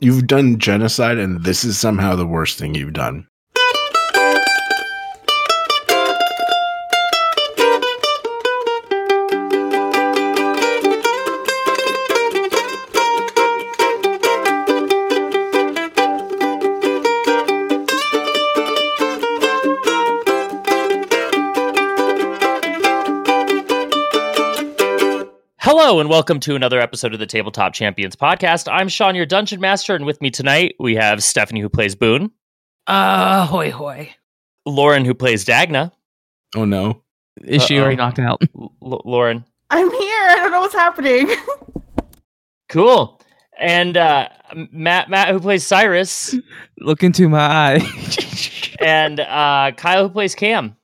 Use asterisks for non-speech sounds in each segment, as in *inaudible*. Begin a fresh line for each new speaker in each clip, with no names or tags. You've done genocide, and this is somehow the worst thing you've done.
Hello and welcome to another episode of the Tabletop Champions podcast. I'm Sean, your dungeon master, and with me tonight we have Stephanie who plays Boone,
Uh, hoy hoy.
Lauren who plays
*laughs*
Dagna.
Oh no.
Is she already
Uh-oh.
knocked out? *laughs*
L- L- Lauren,
I'm here. I don't know what's happening. *laughs*
cool, and uh, Matt Matt who plays
*laughs*
Cyrus,
Look into my eye.
and uh, Kyle who plays Cam.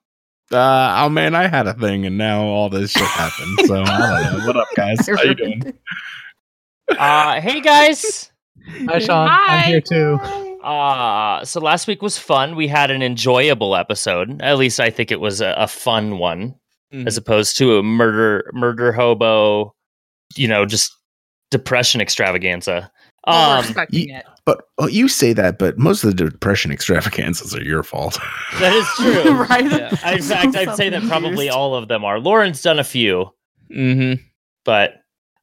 Uh, oh man, I had a thing, and now all this shit happened. So I don't know. What up, guys? How you doing?
Uh, hey guys.
Hi, Sean.
Hi.
I'm here too.
Uh, so last week was fun. We had an enjoyable episode. At least I think it was a, a fun one,
Mhm.
as opposed to a murder murder hobo, you know, just depression extravaganza.
Oh,
Um,
we're expecting it.
But oh, you say that, but most of the depression extravaganzas are your fault.
*laughs*
*laughs*
that is true.
*laughs* right?
Yeah.
In fact, I'd say that probably
*laughs*
all of them are. Lauren's done a few,
Mm-hmm.
but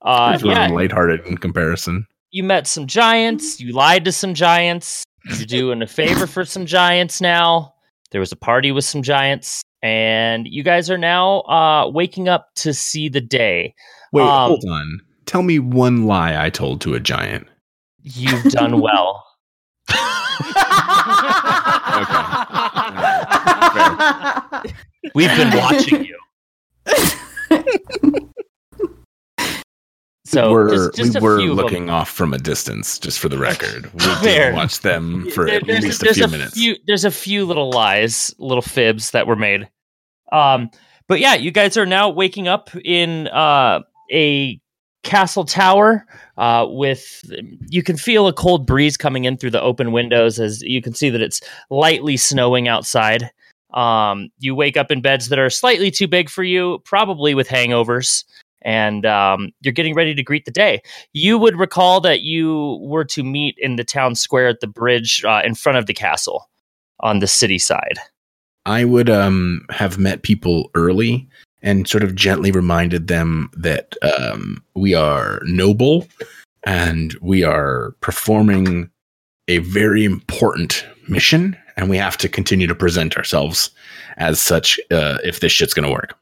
uh,
it's
yeah,
really lighthearted in comparison.
you met some giants. You lied to some giants. You're doing a favor for some giants now. There was a party with some giants, and you guys are now uh, waking up to see the day.
Wait,
Um,
hold on. Tell me one lie I told to a giant.
You've done well.
okay.
We've been watching you. So
we're,
just, just
we
a
were
few of
looking
them.
off from a distance, just for the record.
*laughs*
We
Fair.
did watch them for
There-
at least a
there's
few minutes.
few- there's a few little lies, little fibs that were made. Um, but yeah, you guys are now waking up in uh, a castle tower uh, with you can feel a cold breeze coming in through the open windows as you can see that it's lightly snowing outside. Um, you wake up in beds that are slightly too big for you, probably with hangovers, and um, you're getting ready to greet the day you would recall that you were to meet in the town square at the bridge uh, in front of the castle on the city side.
I would um have met people early and sort of gently reminded them that um we are noble and we are performing a very important mission and we have to continue to present ourselves as such uh, if this shit's going to work.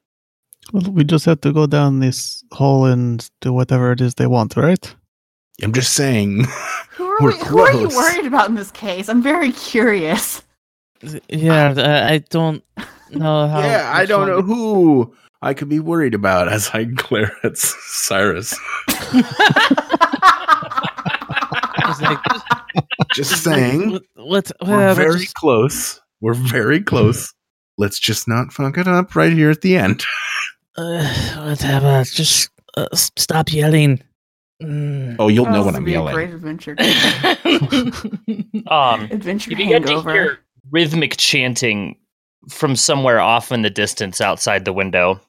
Well, we just have to go down this hall and do whatever it is they want, right?
I'm just saying
Who are,
We're
we, who are you
close.
worried about in this case? I'm very curious. *laughs*
Yeah, I, I don't know how.
Yeah, I
which
don't
one-
know who I could be worried about as I glare at Cyrus. *laughs*
I was like,
Just saying,
let- let's.
we're
well,
very
let's-
close. We're very close. Let's just not fuck it up right here at the end.
uh, whatever. Just uh, s- stop yelling.
*laughs*
Mm.
Oh, you'll know
Oh,
when
this would
I'm
be a
yelling.
Great adventure.
Um,
adventure
you begin to
hangover.
hear rhythmic chanting from somewhere off in the distance outside the window,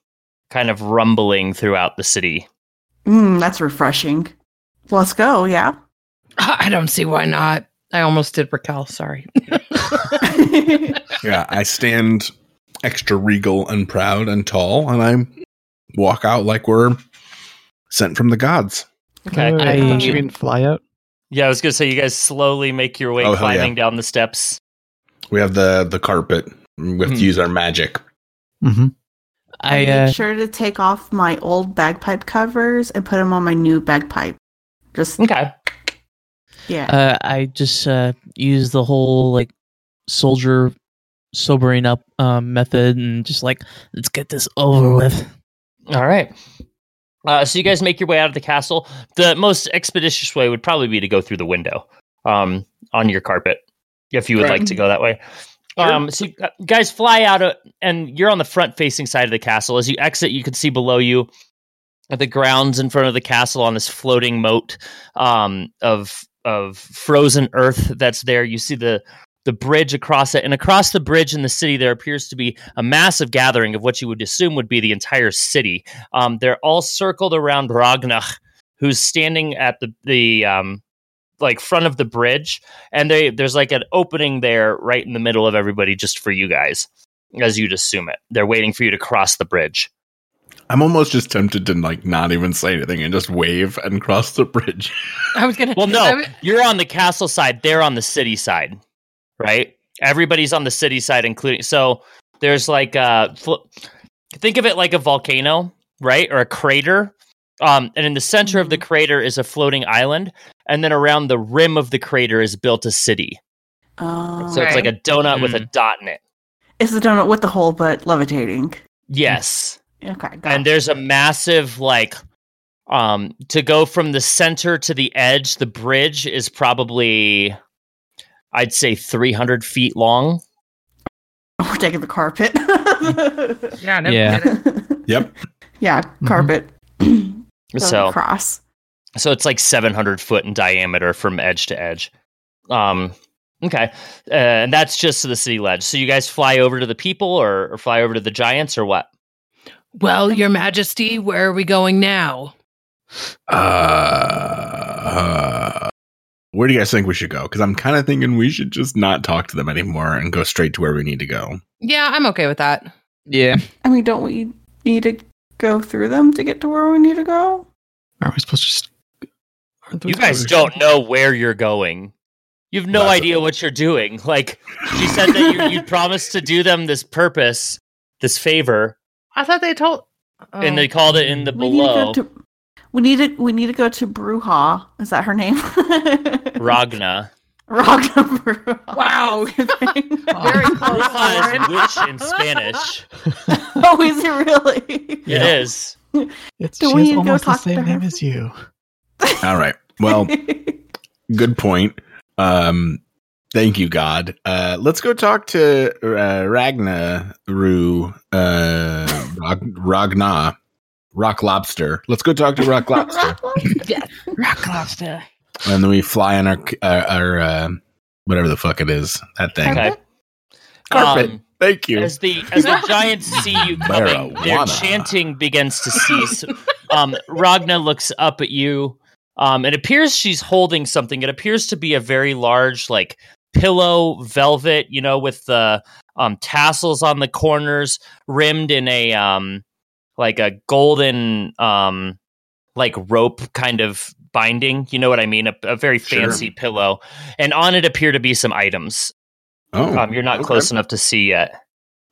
kind of rumbling throughout the city.
Mm, that's refreshing. Let's go. Yeah.
*laughs*
I don't see why not. I almost did Raquel. Sorry.
yeah,
*laughs*
I stand extra regal and proud and tall, and I walk out like we're sent from the gods.
Okay.
Uh,
I-
don't you mean fly out?
Yeah, I was gonna say you guys slowly make your way
Oh, hell
climbing down the steps.
We have the the carpet. We have
Hmm.
to use our magic.
Mm-hmm.
I
make
uh,
sure to take off my old bagpipe covers and put them on my new bagpipe.
*laughs*
Just
Okay.
yeah.
uh, I just uh, use the whole like soldier sobering up um, method and just like let's get this over with.
All right. Uh, so you guys make your way out of the castle. The most expeditious way would probably be to go through the window um, on your carpet, if you would
Right.
like to go that way. Um, so you gu- guys fly out, uh, and you're on the front-facing side of the castle. As you exit, you can see below you the grounds in front of the castle on this floating moat um, of of frozen earth that's there. You see the the bridge across it, and across the bridge in the city, there appears to be a massive gathering of what you would assume would be the entire city. Um, they're all circled around Ragnach, who's standing at the the um, like front of the bridge, and they there's like an opening there right in the middle of everybody just for you guys, as you'd assume it. They're waiting for you to cross the bridge.
I'm almost just tempted to like not even say anything and just wave and cross the bridge.
I was gonna.
Well,
I
no,
was-
you're on the castle side. They're on the city side, right? Everybody's on the city side, including so. There's like uh, fl- think of it like a volcano, right, or a crater. Um, and in the center of the crater is a floating island, and then around the rim of the crater is built a city.
Oh.
Uh, So it's like a donut with a
Mm.
dot in it.
it's the donut with the hole, but levitating.
Yes.
Okay, got
and
it.
there's a massive like um to go from the center to the edge the bridge is probably i'd say 300 feet long
*laughs* We're taking
*laughs*
the carpet.
yeah,
*laughs*
no
Yeah.
kidding.
Yep.
yeah,
*clears throat*
carpet.
Mm-hmm.
Oh,
so
cross.
so it's like 700 foot in diameter from edge to edge um okay uh, and that's just to the city ledge so you guys fly over to the people or, or fly over to the giants or what
Well, Your Majesty, where are we going now?
Uh, uh, where do you guys think we should go? Because I'm kind of thinking we should just not talk to them anymore and go straight to where we need to go.
Yeah, I'm okay with that.
Yeah.
I mean, don't we need to go through them to get to where we need to go?
Are we supposed to? Just, aren't we
you guys
supposed
don't
to-
know where you're going you have no
That's-
idea what you're doing like She said that you, you promised to do them this purpose, this favor,
I thought they told. Oh.
and
*laughs*
they called it in the
We need to
below
go to. We need to. We need to go to Bruja. Is that her name? *laughs*
Ragna.
Ragna *laughs* Bruja.
Wow. Very close.
Ragna is
Lauren.
witch in Spanish.
*laughs* oh, is it really?
Yeah.
It is.
It's,
Do
she
we
has
need to go
almost the
talk to
same
her?
name as you.
*laughs* All right.
*laughs*
Well, good point. Um, thank you, God. Uh, let's go talk to uh, Ragna Rue, uh, Rag- Ragna, Rock Lobster. Let's go talk to Rock
*laughs*
Lobster,
Rock
*laughs*
lobster.
and then we fly on our uh, our uh, whatever the fuck it is that thing.
Okay.
Carpet.
Um,
Thank you.
as the as the giants see you coming, their
Marijuana.
chanting begins to cease. Um, Ragna looks up at you. Um, it appears she's holding something. It appears to be a very large, like pillow velvet, you know, with the um, tassels on the corners, rimmed in a um, like a golden um, like rope kind of binding. You know what I mean? A, a very
Sure.
fancy pillow, and on it appear to be some items.
Oh,
Um, you're not
okay.
close enough to see yet.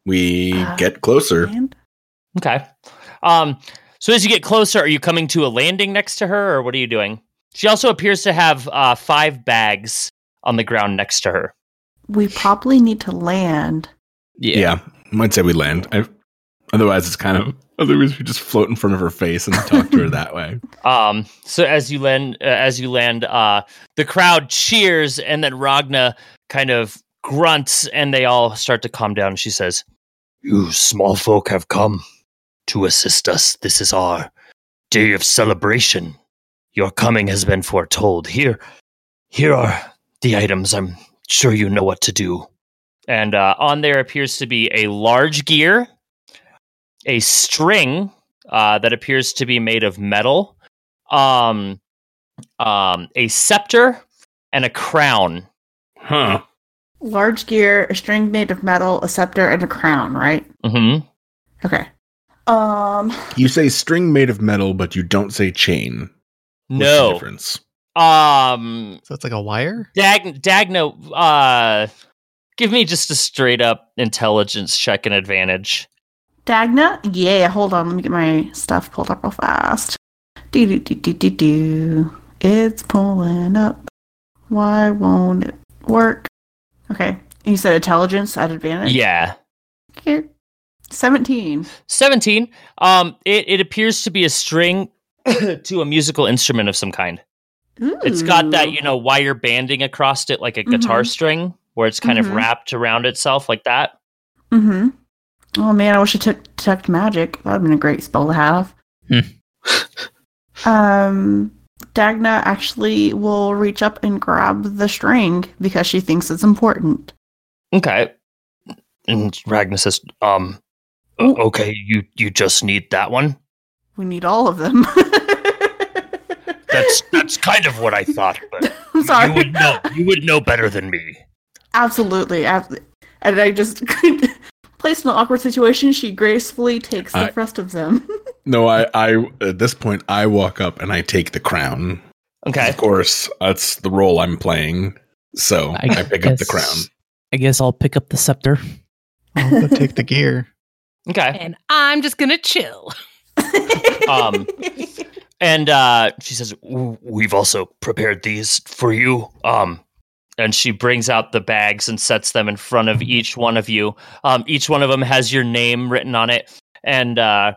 we get closer.
Okay. Um, so as you get closer, are you coming to a landing next to her, or what are you doing? She also appears to have uh, five bags on the ground next to her.
We probably need to land.
Yeah. might say we land. I, otherwise, it's kind of otherwise we just float in front of her face and talk to her that
*laughs*
way.
Um, so as you land, uh, as you land, uh, the crowd cheers, and then Ragna kind of grunts, and they all start to calm down. She says, "You small folk have come to assist us. This is our day of celebration. Your coming has been foretold. Here, here are the items. I'm sure you know what to do." And uh, on there appears to be a large gear, a string uh, that appears to be made of metal um, um, a scepter and a crown.
Huh.
Large gear, a string made of metal, a scepter, and a crown. Right.
Mm-hmm.
Okay. Um.
You say string made of metal, but you don't say chain. What's the
No,
difference.
um,
So it's like a wire.
Dag- Dagno, uh, give me just a straight up intelligence check and advantage.
Dagna? Yeah, hold on. Let me get my stuff pulled up real fast. Do do do do do do. It's pulling up. Why won't it work? Okay. You said intelligence at advantage?
Yeah,
Okay. 17.
seventeen. Um, it it appears to be a string *coughs* to a musical instrument of some kind. It's got that,
Ooh.
you know, wire banding across it like a guitar
Mhm.
string where it's kind
Mhm.
of wrapped around itself like that.
Mm-hmm. Oh man, I wish I took detect magic. That would have been a great spell to have.
Hmm.
*laughs* um Dagna actually will reach up and grab the string because she thinks it's important.
Okay. And Ragnar says, um, o- okay, you, you just need that one.
*laughs* We need all of them. *laughs*
That's that's kind of what I thought, but
I'm *laughs* sorry.
you would know. You would know better than me.
Absolutely. ab- And I just *laughs* could placed in an awkward situation. She gracefully takes
I-
the rest of them.
No, I, I at this point I walk up and I take the crown.
Okay.
Of course, that's the role I'm playing. So I, pick up the
guess-
crown.
I guess I'll pick up the scepter.
I'll go take the
*laughs*
gear.
Okay.
And I'm just gonna chill.
Um, And uh, she says,
W- We've also prepared these for you.
um, and she brings out the bags and sets them in front of each one of you. Um, each one of them has your name written on it. And uh,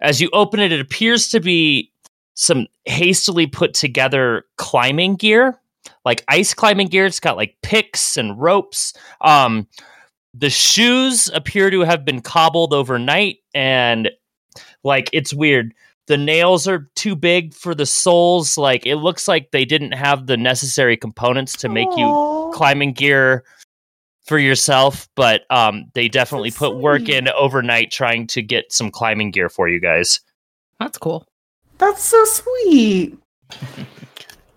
as you open it, it appears to be some hastily put together climbing gear, like ice climbing gear. It's got like picks and ropes. Um, the shoes appear to have been cobbled overnight, and like it's weird the nails are too big for the soles like it looks like they didn't have the necessary components to make you
Aw.
climbing gear for yourself but um they definitely
so
put work
sweet.
in overnight trying to get some climbing gear for you guys
That's cool. *laughs*
That's so sweet.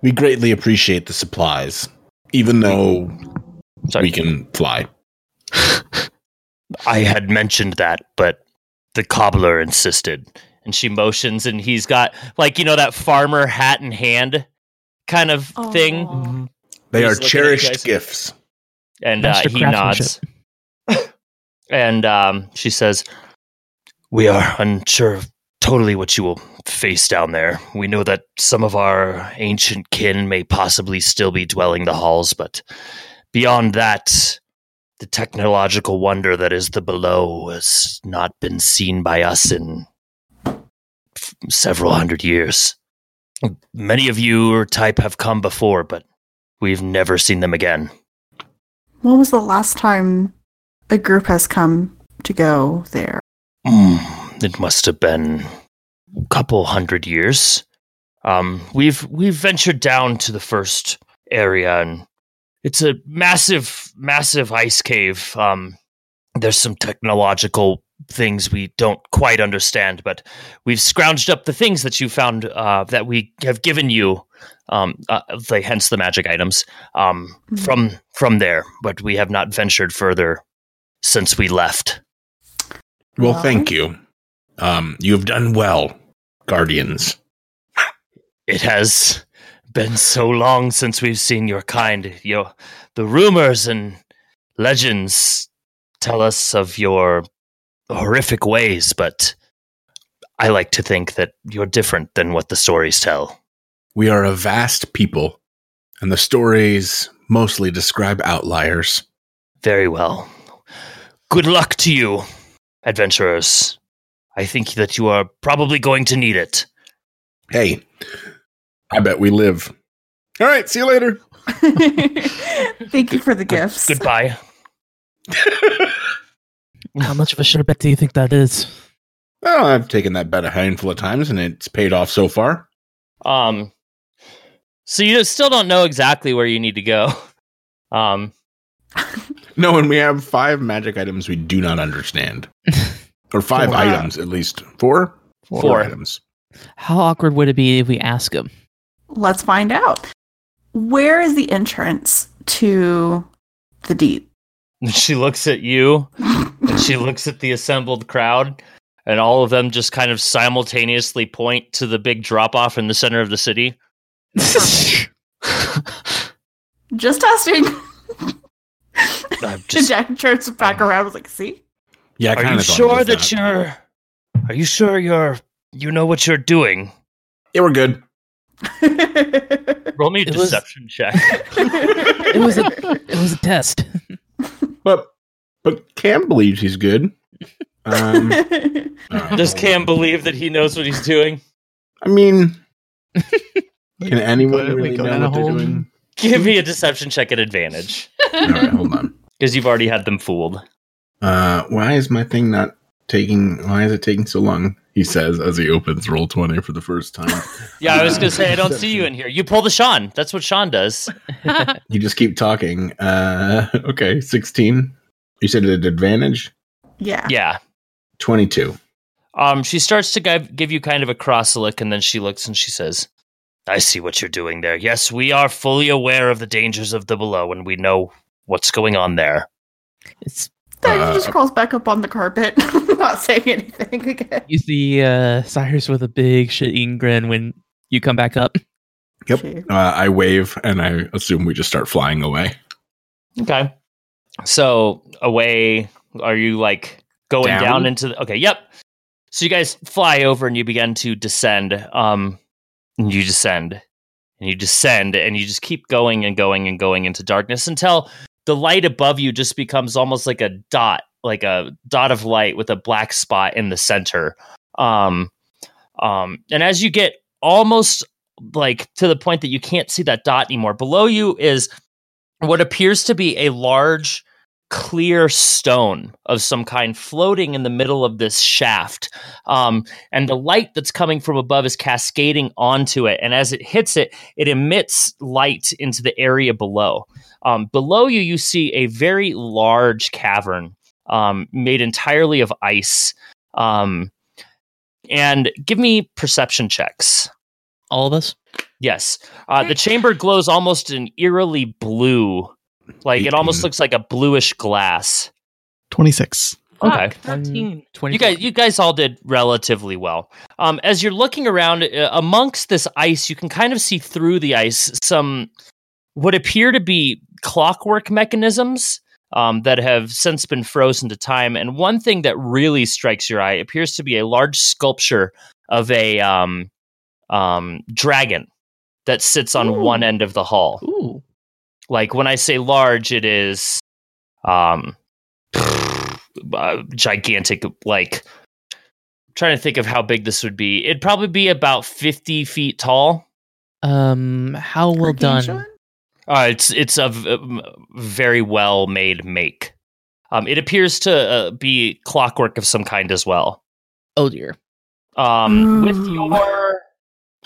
We greatly appreciate the supplies, even though
sorry
we can fly.
I had mentioned that, but
the cobbler insisted and she motions and he's got like you know that farmer hat in hand kind of thing
Aw.
Mm-hmm.
They are
He's looking at you guys.
cherished gifts.
and uh,
Master
he nods. and um, she says,
we are unsure of totally what you will face down there. We know that some of our ancient kin may possibly still be dwelling the halls, but beyond that, the technological wonder that is the below has not been seen by us in f- several hundred years. Many of your type have come before, but we've never seen them again.
When was the last time a group has come to go there? *laughs*
Mm, it must have been a couple hundred years. Um, we've we've ventured down to the first area, and it's a massive, massive ice cave. Um, there's some technological things we don't quite understand, but we've scrounged up the things that you found uh, that we have given you. Um, uh, the, hence the magic items um,
Mhm.
from from there, but we have not ventured further since we left.
Well,
Well.
thank you. Um, you have done well, guardians.
It has been so long since we've seen your kind. Your the rumors and legends tell us of your horrific ways, but I like to think that you're different than what the stories tell.
We are a vast people, and the stories mostly describe outliers.
Very well. Good luck to you, adventurers. I think that you are probably going to need it.
Hey, I bet we live. All right, see you later.
Thank you for the gifts.
Goodbye.
How much of a sure bet do you think that is?
Oh, I've taken that bet a handful of times, and it's paid off so far.
um, so you still don't know exactly where you need
*laughs*
to go. Um,
No, and we have five magic items we do not understand, or five
Four.
items at least. Four?
Four.
items.
How awkward would it be if we ask him?
Let's find out. Where is the entrance to the deep? *laughs*
she looks at you and she looks at the assembled crowd, and all of them just kind of simultaneously point to the big drop off in the center of the city.
Just testing.
I'm
*laughs*
Just,
just-
Jack turns back around. was like, see?
Yeah, I
Are
kinda
you
thought
sure
about
that you're Are you sure you're you know what you're doing?
Yeah, we're good.
Roll me a
It was-
deception check. *laughs*
It was
*laughs*
a it was a test.
But but Cam believes he's good.
*laughs*
Um, uh,
Does Cam believe that he knows what he's doing?
I
*laughs*
mean, can anyone
Go- we
really
go
know
down a
what they're *laughs*
hole.
doing?
Give me a deception check at advantage
All right, hold on.
because you've already had them fooled.
Uh, why is my thing not taking? Why is it taking so long? He says as he opens roll twenty for the first time.
Yeah, I was gonna say I don't see you in here. You pull the Sean. That's what Sean does.
you just keep talking. Uh, *laughs* okay, sixteen. You said at advantage
yeah.
Yeah.
twenty-two.
Um, she starts to give, give you kind of a cross look, and then she looks and she says,
I see what you're doing there. Yes, we are fully aware of the dangers of the below, and we know what's going on there.
It's
Then he
Uh,
just crawls back up on the carpet, *laughs* not saying anything again.
you see uh, Cyrus with a big shit eating grin when you come back up.
Yep.
Sure.
Uh, I wave and I assume we just start flying away.
Okay. So away, are you like going down,
Down?
into the? Okay, yep. So you guys fly over and you begin to descend. Um, and you descend, and you descend, and you just keep going and going and going into darkness until the light above you just becomes almost like a dot, like a dot of light with a black spot in the center. Um, um, and as you get almost like to the point that you can't see that dot anymore, below you is what appears to be a large clear stone of some kind floating in the middle of this shaft um, and the light that's coming from above is cascading onto it and as it hits it it emits light into the area below um, below you you see a very large cavern um, made entirely of ice um, and give me perception checks
All of us.
Yes. Uh, the chamber glows almost an eerily blue. Like it almost
18.
looks like a bluish glass.
26.
Okay.
Thirteen. Twenty.
You guys you guys all did relatively well. Um, as you're looking around uh, amongst this ice, you can kind of see through the ice some what appear to be clockwork mechanisms um, that have since been frozen to time. And one thing that really strikes your eye appears to be a large sculpture of a um, um, dragon that sits on
Ooh.
one end of the hall.
Ooh.
like when i say large it is um *sighs* uh, gigantic like trying to think of how big this would be it'd probably be about 50 feet tall
Um. How well done.
Arcane
uh, it's it's of um, very well made make um it appears to uh, be clockwork of some kind as well
Oh dear.
um with
Ooh.
your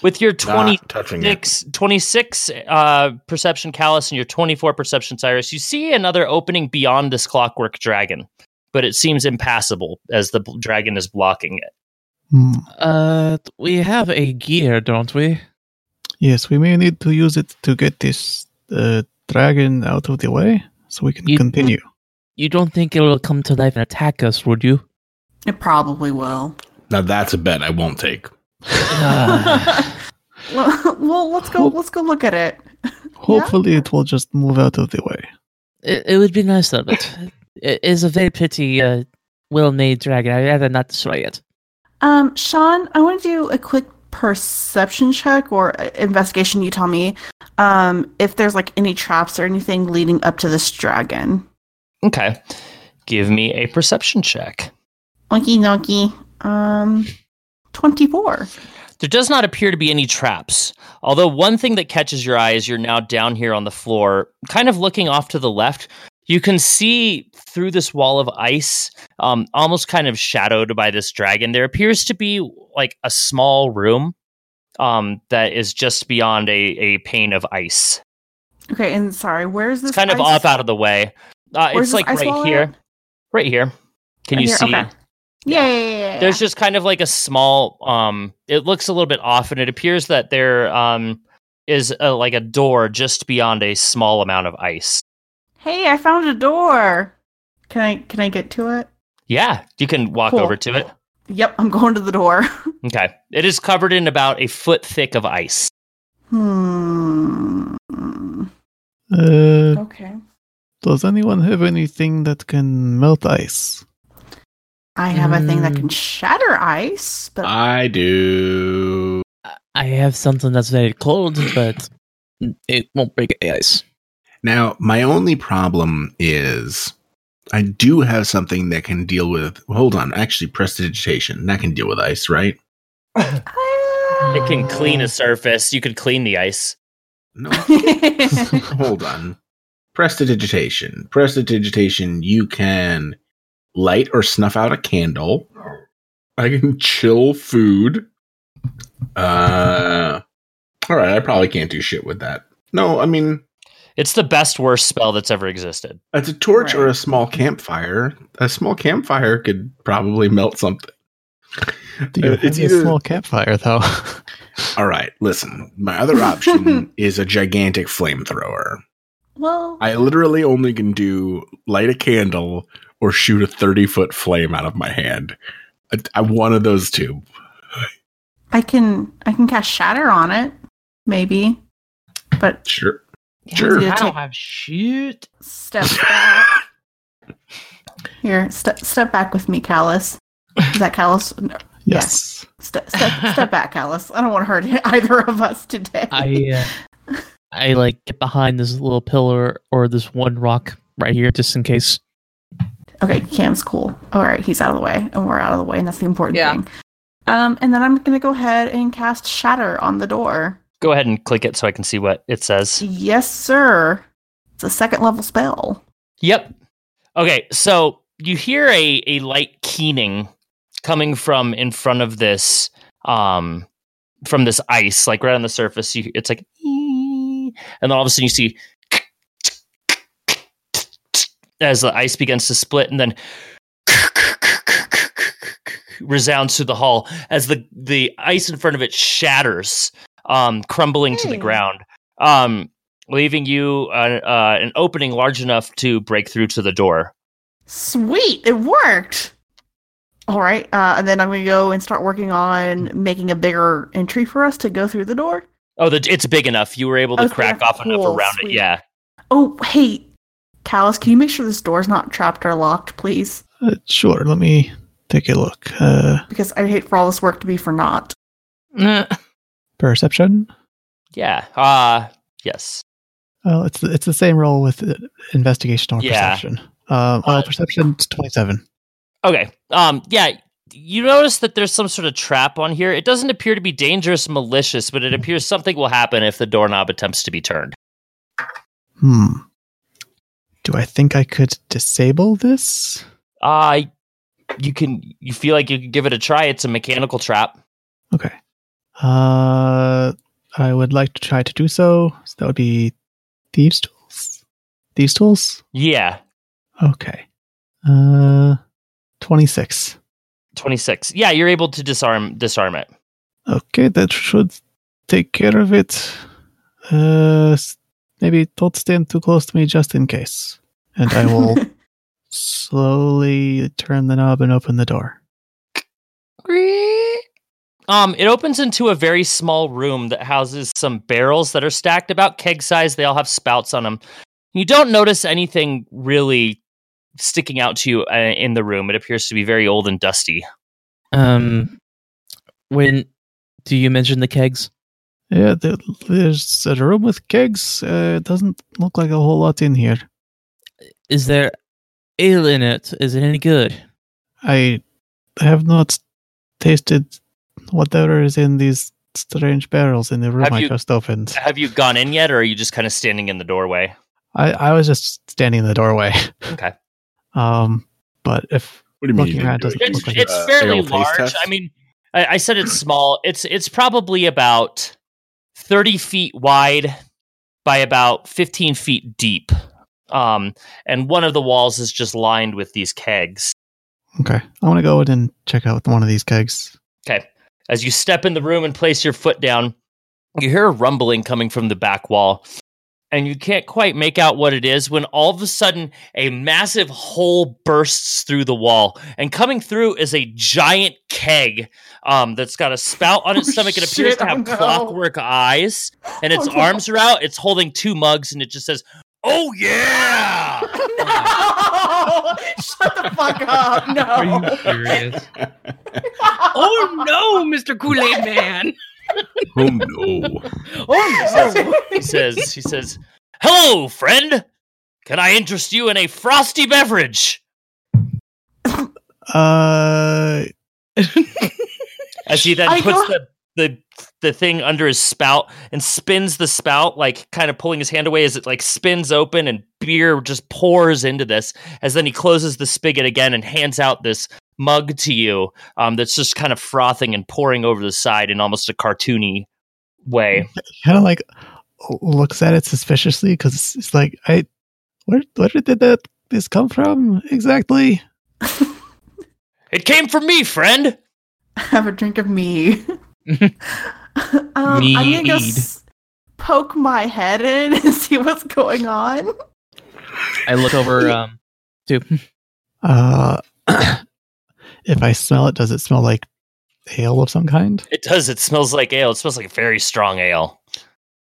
with your 20
Not touching it.
26, 26 uh, perception callus and your 24 perception cyrus you see another opening beyond this clockwork dragon but it seems impassable as the bl- dragon is blocking it
Hmm.
Uh, we have a gear, don't we?
Yes, we may need to use it to get this uh, dragon out of the way so we can
You-
*laughs*
continue.
You don't think it will come to life and attack us, would
*laughs*
you?
It probably will.
Now that's a bet I won't take.
Ah.
well, *laughs* well, let's go. Let's go look at it.
Hopefully, it will just move out of the way.
It, it would be nice though, but it is a very pretty, uh, well-made dragon. I'd rather not destroy it.
Um, Sean, I want to do a quick perception check or uh, investigation. You tell me um, if there's like any traps or anything leading up to this dragon.
okay give me a perception check
Oinky donkey. Um, twenty-four.
there does not appear to be any traps although one thing that catches your eye is you're now down here on the floor kind of looking off to the left you can see through this wall of ice um, almost kind of shadowed by this dragon there appears to be like a small room um, that is just beyond a, a pane of ice
Okay, and sorry, where's this?
it's kind of
ice-
off out of the way uh,
where's
it's
this
like
ice wall
right here
at?
right here can
Right
you
here?
see
Okay. Yeah, yeah, yeah, yeah,
there's just kind of like a small um it looks a little bit off and it appears that there um is a, like a door just beyond a small amount of ice
yeah. Hey, I found a door. Can I can I get to it?
yeah you can walk
Cool.
over to it
Yep, I'm going to the door. *laughs*
okay it is covered in about a foot thick of ice
Hmm.
Uh,
Okay.
does anyone have anything that can melt ice?
I have a thing that
Mm.
can shatter ice, but
I do.
I- I have something that's very cold, but it won't break the ice.
Now, my only problem is I do have something that can deal with. Hold on. Actually, prestidigitation. That can deal with ice, right?
it can clean a surface you could clean the ice
*laughs*
No. hold on. Prestidigitation. Prestidigitation, you can light or snuff out a candle. I can chill food. Uh, all right. I probably can't do shit with that. No, I mean,
it's the best worst spell that's ever existed
It's a torch or
Right.
a small campfire. A small campfire could probably melt something.
Do you
Uh, it's
have
either-
a small campfire, though? *laughs*
All right, listen. My other option is a gigantic flamethrower.
*laughs* Well,
I literally only can do light a candle or shoot a 30 foot flame out of my hand. I, I one of those two.
I can I can cast shatter on it, maybe. But
Sure.
Sure.
I don't have shit.
step back. Here, step step back with me, Callus. Is that Callus? No.
yes.
Step step step back, Callus. I don't want to hurt *laughs* either of us today.
I uh, I like get behind this little pillar or this one rock right here just in case.
Okay, Cam's cool. All right, he's out of the way, and we're out of the way, and that's the important
Yeah.
thing. Um, and then I'm gonna go ahead and cast Shatter on the door.
Go ahead and click it so I can see what it says.
Yes, sir. It's a second level spell.
Yep. Okay, so you hear a, a light keening coming from in front of this um from this ice, like right on the surface. You it's like "Ee," and then all of a sudden you see as the ice begins to split and then resounds through the hall as the the ice in front of it shatters, um, crumbling to the
Hmm.
ground. Um, leaving you uh, uh, an opening large enough to break through to the door.
Sweet, it worked. All right, uh, and then I'm gonna go and start working on making a bigger entry for us to go through the door.
Oh, the, it's big enough. You were able to
Oh, it's big
crack
enough.
off enough
Cool,
around
sweet.
it. Yeah.
Oh, hey, Callus, can you make sure this door's not trapped or locked, please?
Uh, sure. Let me take a look. Uh,
Because I'd hate for all this work to be for naught.
*laughs*
perception.
Yeah. Uh yes.
Well, it's the, it's the same role with uh, investigation or
Yeah.
perception. Um, well, perception it's twenty-seven.
Okay. Um yeah, you notice that there's some sort of trap on here. It doesn't appear to be dangerous, malicious, but it appears something will happen if the doorknob attempts to be turned.
Hmm. Do I think I could disable this?
Uh you can you feel like you could give it a try. It's a mechanical trap.
Okay. Uh, I would like to try to do so. So that would be thieves' tools. Thieves' tools.
Yeah.
Okay. Uh, twenty-six.
26. Yeah, you're able to disarm disarm it.
Okay, that should take care of it. Uh, s- maybe don't stand too close to me just in case. And I
*laughs*
*laughs*
will slowly turn the knob and open the door.
Um, it opens into a very small room that houses some barrels that are stacked about keg size. They all have spouts on them. You don't notice anything really sticking out to you uh, in the room. It appears to be very old and dusty.
Um, when do you mention the kegs?
Yeah, there, there's a room with kegs. Uh, it doesn't look like a whole lot in here.
Is there ale in it? Is it any good?
I have not tasted whatever is in these strange barrels in the room
Have
I
you-
just opened.
Have you gone in yet, or are you just kind of standing in the doorway?
I, I was just standing in the doorway. *laughs*
Okay.
Um, but if
What do you
Looking
you didn't
at
do
it
a
doesn't
It's,
huge,
look like
it's
uh,
fairly
ale taste
large.
test?
I mean, I, I said it's small. It's it's probably about thirty feet wide by about fifteen feet deep. Um, and one of the walls is just lined with these kegs.
okay, I want to go in and check out one of these kegs.
Okay. As you step in the room and place your foot down, you hear a rumbling coming from the back wall, and you can't quite make out what it is when all of a sudden a massive hole bursts through the wall. And coming through is a giant keg um, that's got a spout on its
*laughs* Oh,
stomach. It appears
shit,
to have
oh no.
clockwork eyes, and its
*laughs* Oh, no.
arms are out. It's holding two mugs, and it just says, Oh, yeah!
No! Shut the fuck up! No!
serious?
Oh no, Mr. Kool *laughs* Aid Man.
oh no!
Oh,
*laughs*
he says, he says, "Hello, friend. Can I interest you in a frosty beverage?"
Uh,
As he then
I
puts
go-
the, the the thing under his spout and spins the spout, like kind of pulling his hand away as it like spins open and beer just pours into this. As then he closes the spigot again and hands out this mug to you um, that's just kind of frothing and pouring over the side in almost a cartoony way.
kind of like looks at it suspiciously because it's, it's like, I where where did that this come from exactly?
It came from me, friend.
Have a drink
*laughs*
of me. um, I'm gonna go
Mead.
s- poke my head in and *laughs* see what's going on. *laughs*
I look over. Um, to
Uh, *coughs* if I smell it, does it smell like ale of some kind? *laughs*
It does. It smells like ale. It smells like very strong ale.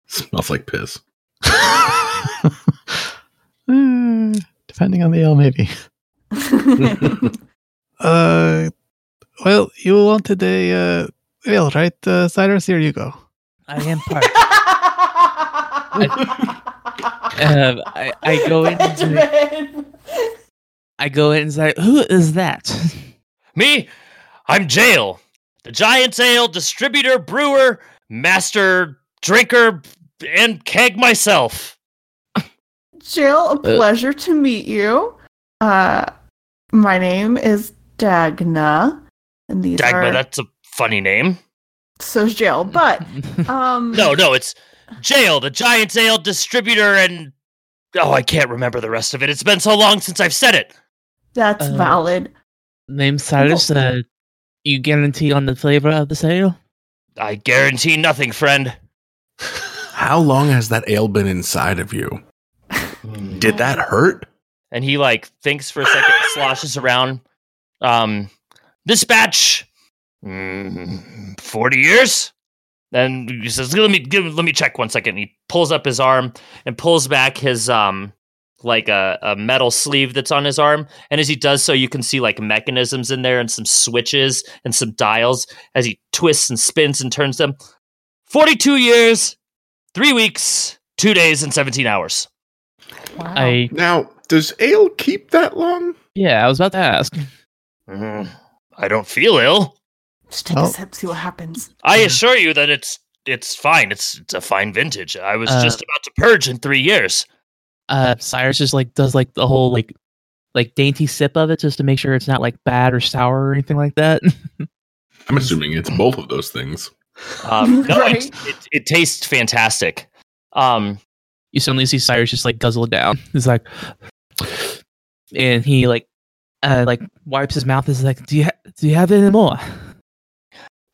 Smells like piss.
Hmm, Depending on the ale, maybe. Uh, well, you wanted a uh, ale, right, uh, Cyrus? Here you go.
I am part. Um, I, I go in.
Benjamin.
I go inside. Who is that?
Me, I'm Jail, the Giant's Ale distributor, brewer, master drinker, and keg myself.
Jill,
Uh.
a pleasure to meet you. Uh, my name is Dagna, and these
Dagma,
are
that's a funny name.
so is Jill, but
*laughs*
um,
No, no, it's Jail, the Giant's Ale distributor, and oh, I can't remember the rest of it. It's been so long since I've said it.
that's
Uh,
valid.
*laughs* Name Cyrus. Uh, you guarantee on the flavor of the cereal?
I guarantee nothing, friend.
How long has that ale been inside of you? Did that hurt?
and he like thinks for a second, sloshes around. Um, this batch, mm, forty years. Then he says, "Let me give, let me check one second. He pulls up his arm and pulls back his um, like a, a metal sleeve that's on his arm. And as he does so, you can see like mechanisms in there and some switches and some dials as he twists and spins and turns them. Forty-two years, three weeks, two days, and seventeen hours.
Wow.
I
Now, does ale keep that long?
yeah. I was about to ask.
Mm, I don't feel ill.
Just take
Oh.
a sip, see what happens.
I
Mhm.
assure you that it's it's fine. It's it's a fine vintage. I was
Uh,
just about to purge in three years.
Uh, Cyrus just like does like the whole like like dainty sip of it just to make sure it's not like bad or sour or anything like that. *laughs*
I'm assuming it's both of those things.
*laughs*
Um, no,
Right.
it, it, it tastes fantastic. Um,
you suddenly see Cyrus just like guzzle it down. He's like, and he like, uh, like wipes his mouth. Is like, do you ha- do you have any more?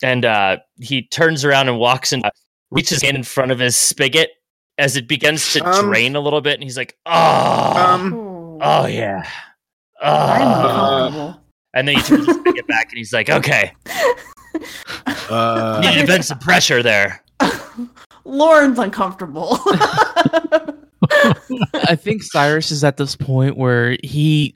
and uh, he turns around and walks and uh, reaches in in front of his spigot as it begins to
Um,
drain a little bit, and he's like, "Oh,
Um,
oh yeah."
I'm
Oh.
uncomfortable.
and then he turns his spigot back and he's like,
*laughs*
okay,
Oh.
uh,
need to vent some pressure there.
*laughs* Lauren's uncomfortable. *laughs*
I think Cyrus is at this point where he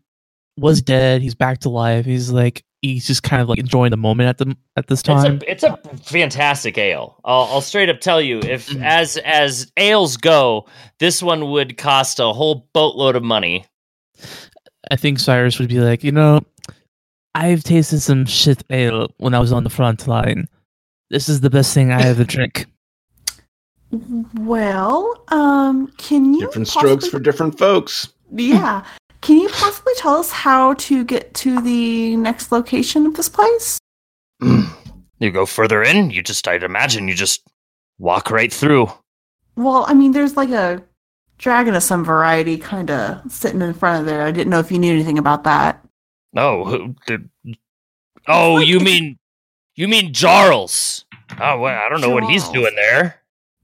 was dead. He's back to life. He's like, he's just kind of like enjoying the moment at the at this time.
It's a, it's a fantastic ale. I'll, I'll straight up tell you, if as as ales go, this one would cost a whole boatload of money.
I think Cyrus would be like, you know, I've tasted some shit ale when I was on the front line. This is the best thing I *laughs* ever drink.
well, um, can you
different strokes for
possibly-
different folks.
yeah? Can you possibly tell us how to get to the next location of this place?
You go further in, you just I'd imagine you just walk right through.
Well, I mean, there's like a dragon of some variety kind of sitting in front of there. I didn't know if you knew anything about that.
Oh, who, the, oh, you mean you mean Jarls? Oh, well, I don't know what he's
Jarls.
doing there.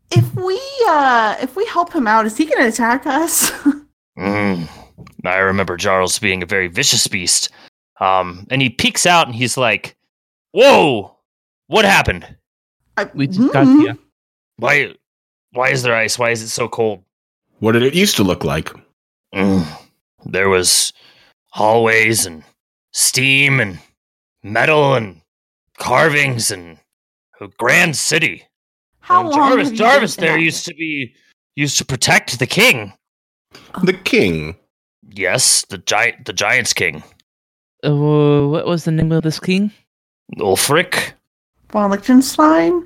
If we uh if we help him out, is he gonna attack us? *laughs*
Mm. I remember Jarls being a very vicious beast. Um, and he peeks out and he's like, "Whoa, what happened?"
I-
We just got
Mhm.
uh,
here.
Why? Why is there ice? Why is it so cold?
What did it used to look like?
There was hallways and steam and metal and carvings and a grand city.
How
And
long
Jarvis,
have you
Jarvis,
been
there
at
used to be used to protect the king.
The king.
Yes, the giant, the giant's king,
Uh, what was the name of this king?
Ulfric.
Von Lichtenstein?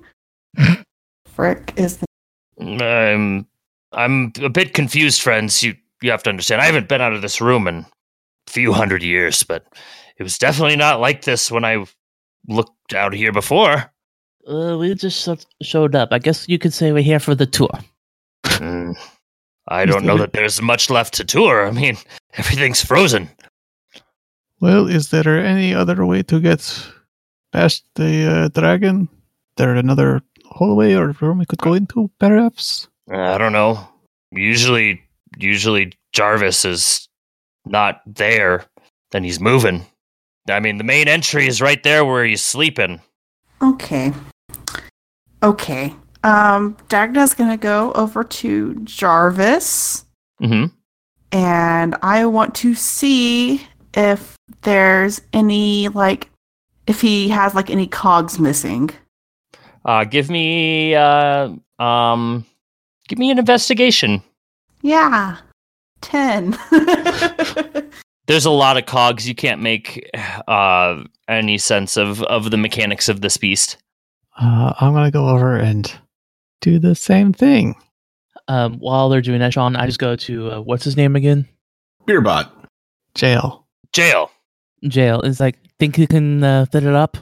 Frick is the
I'm, Um, I'm a bit confused, friends. You, you have to understand. I haven't been out of this room in a few hundred years, but it was definitely not like this when I looked out here before.
Uh, we just sho- showed up. I guess you could say we're here for the tour.
Mm. I don't know that there's much left to tour. I mean, *laughs* everything's frozen.
Well, is there any other way to get past the uh, dragon? There another hallway or room we could go into, perhaps?
Uh, I don't know. Usually, usually Jarvis is not there. Then he's moving. I mean, the main entry is right there where he's sleeping.
Okay. Okay. Um, Dagna's gonna go over to Jarvis,
Mm-hmm.
and I want to see if there's any like, if he has like any cogs missing.
Uh, give me uh, um, give me an investigation.
Yeah, ten. *laughs*
There's a lot of cogs. You can't make *sighs* uh, any sense of of the mechanics of this beast.
Uh, I'm gonna go over and do the same thing.
Um, while they're doing that, Sean, I just go to uh, what's his name again?
Beerbot.
Jail. *laughs*
Jail.
Jail. It's like think you can uh, fit it up?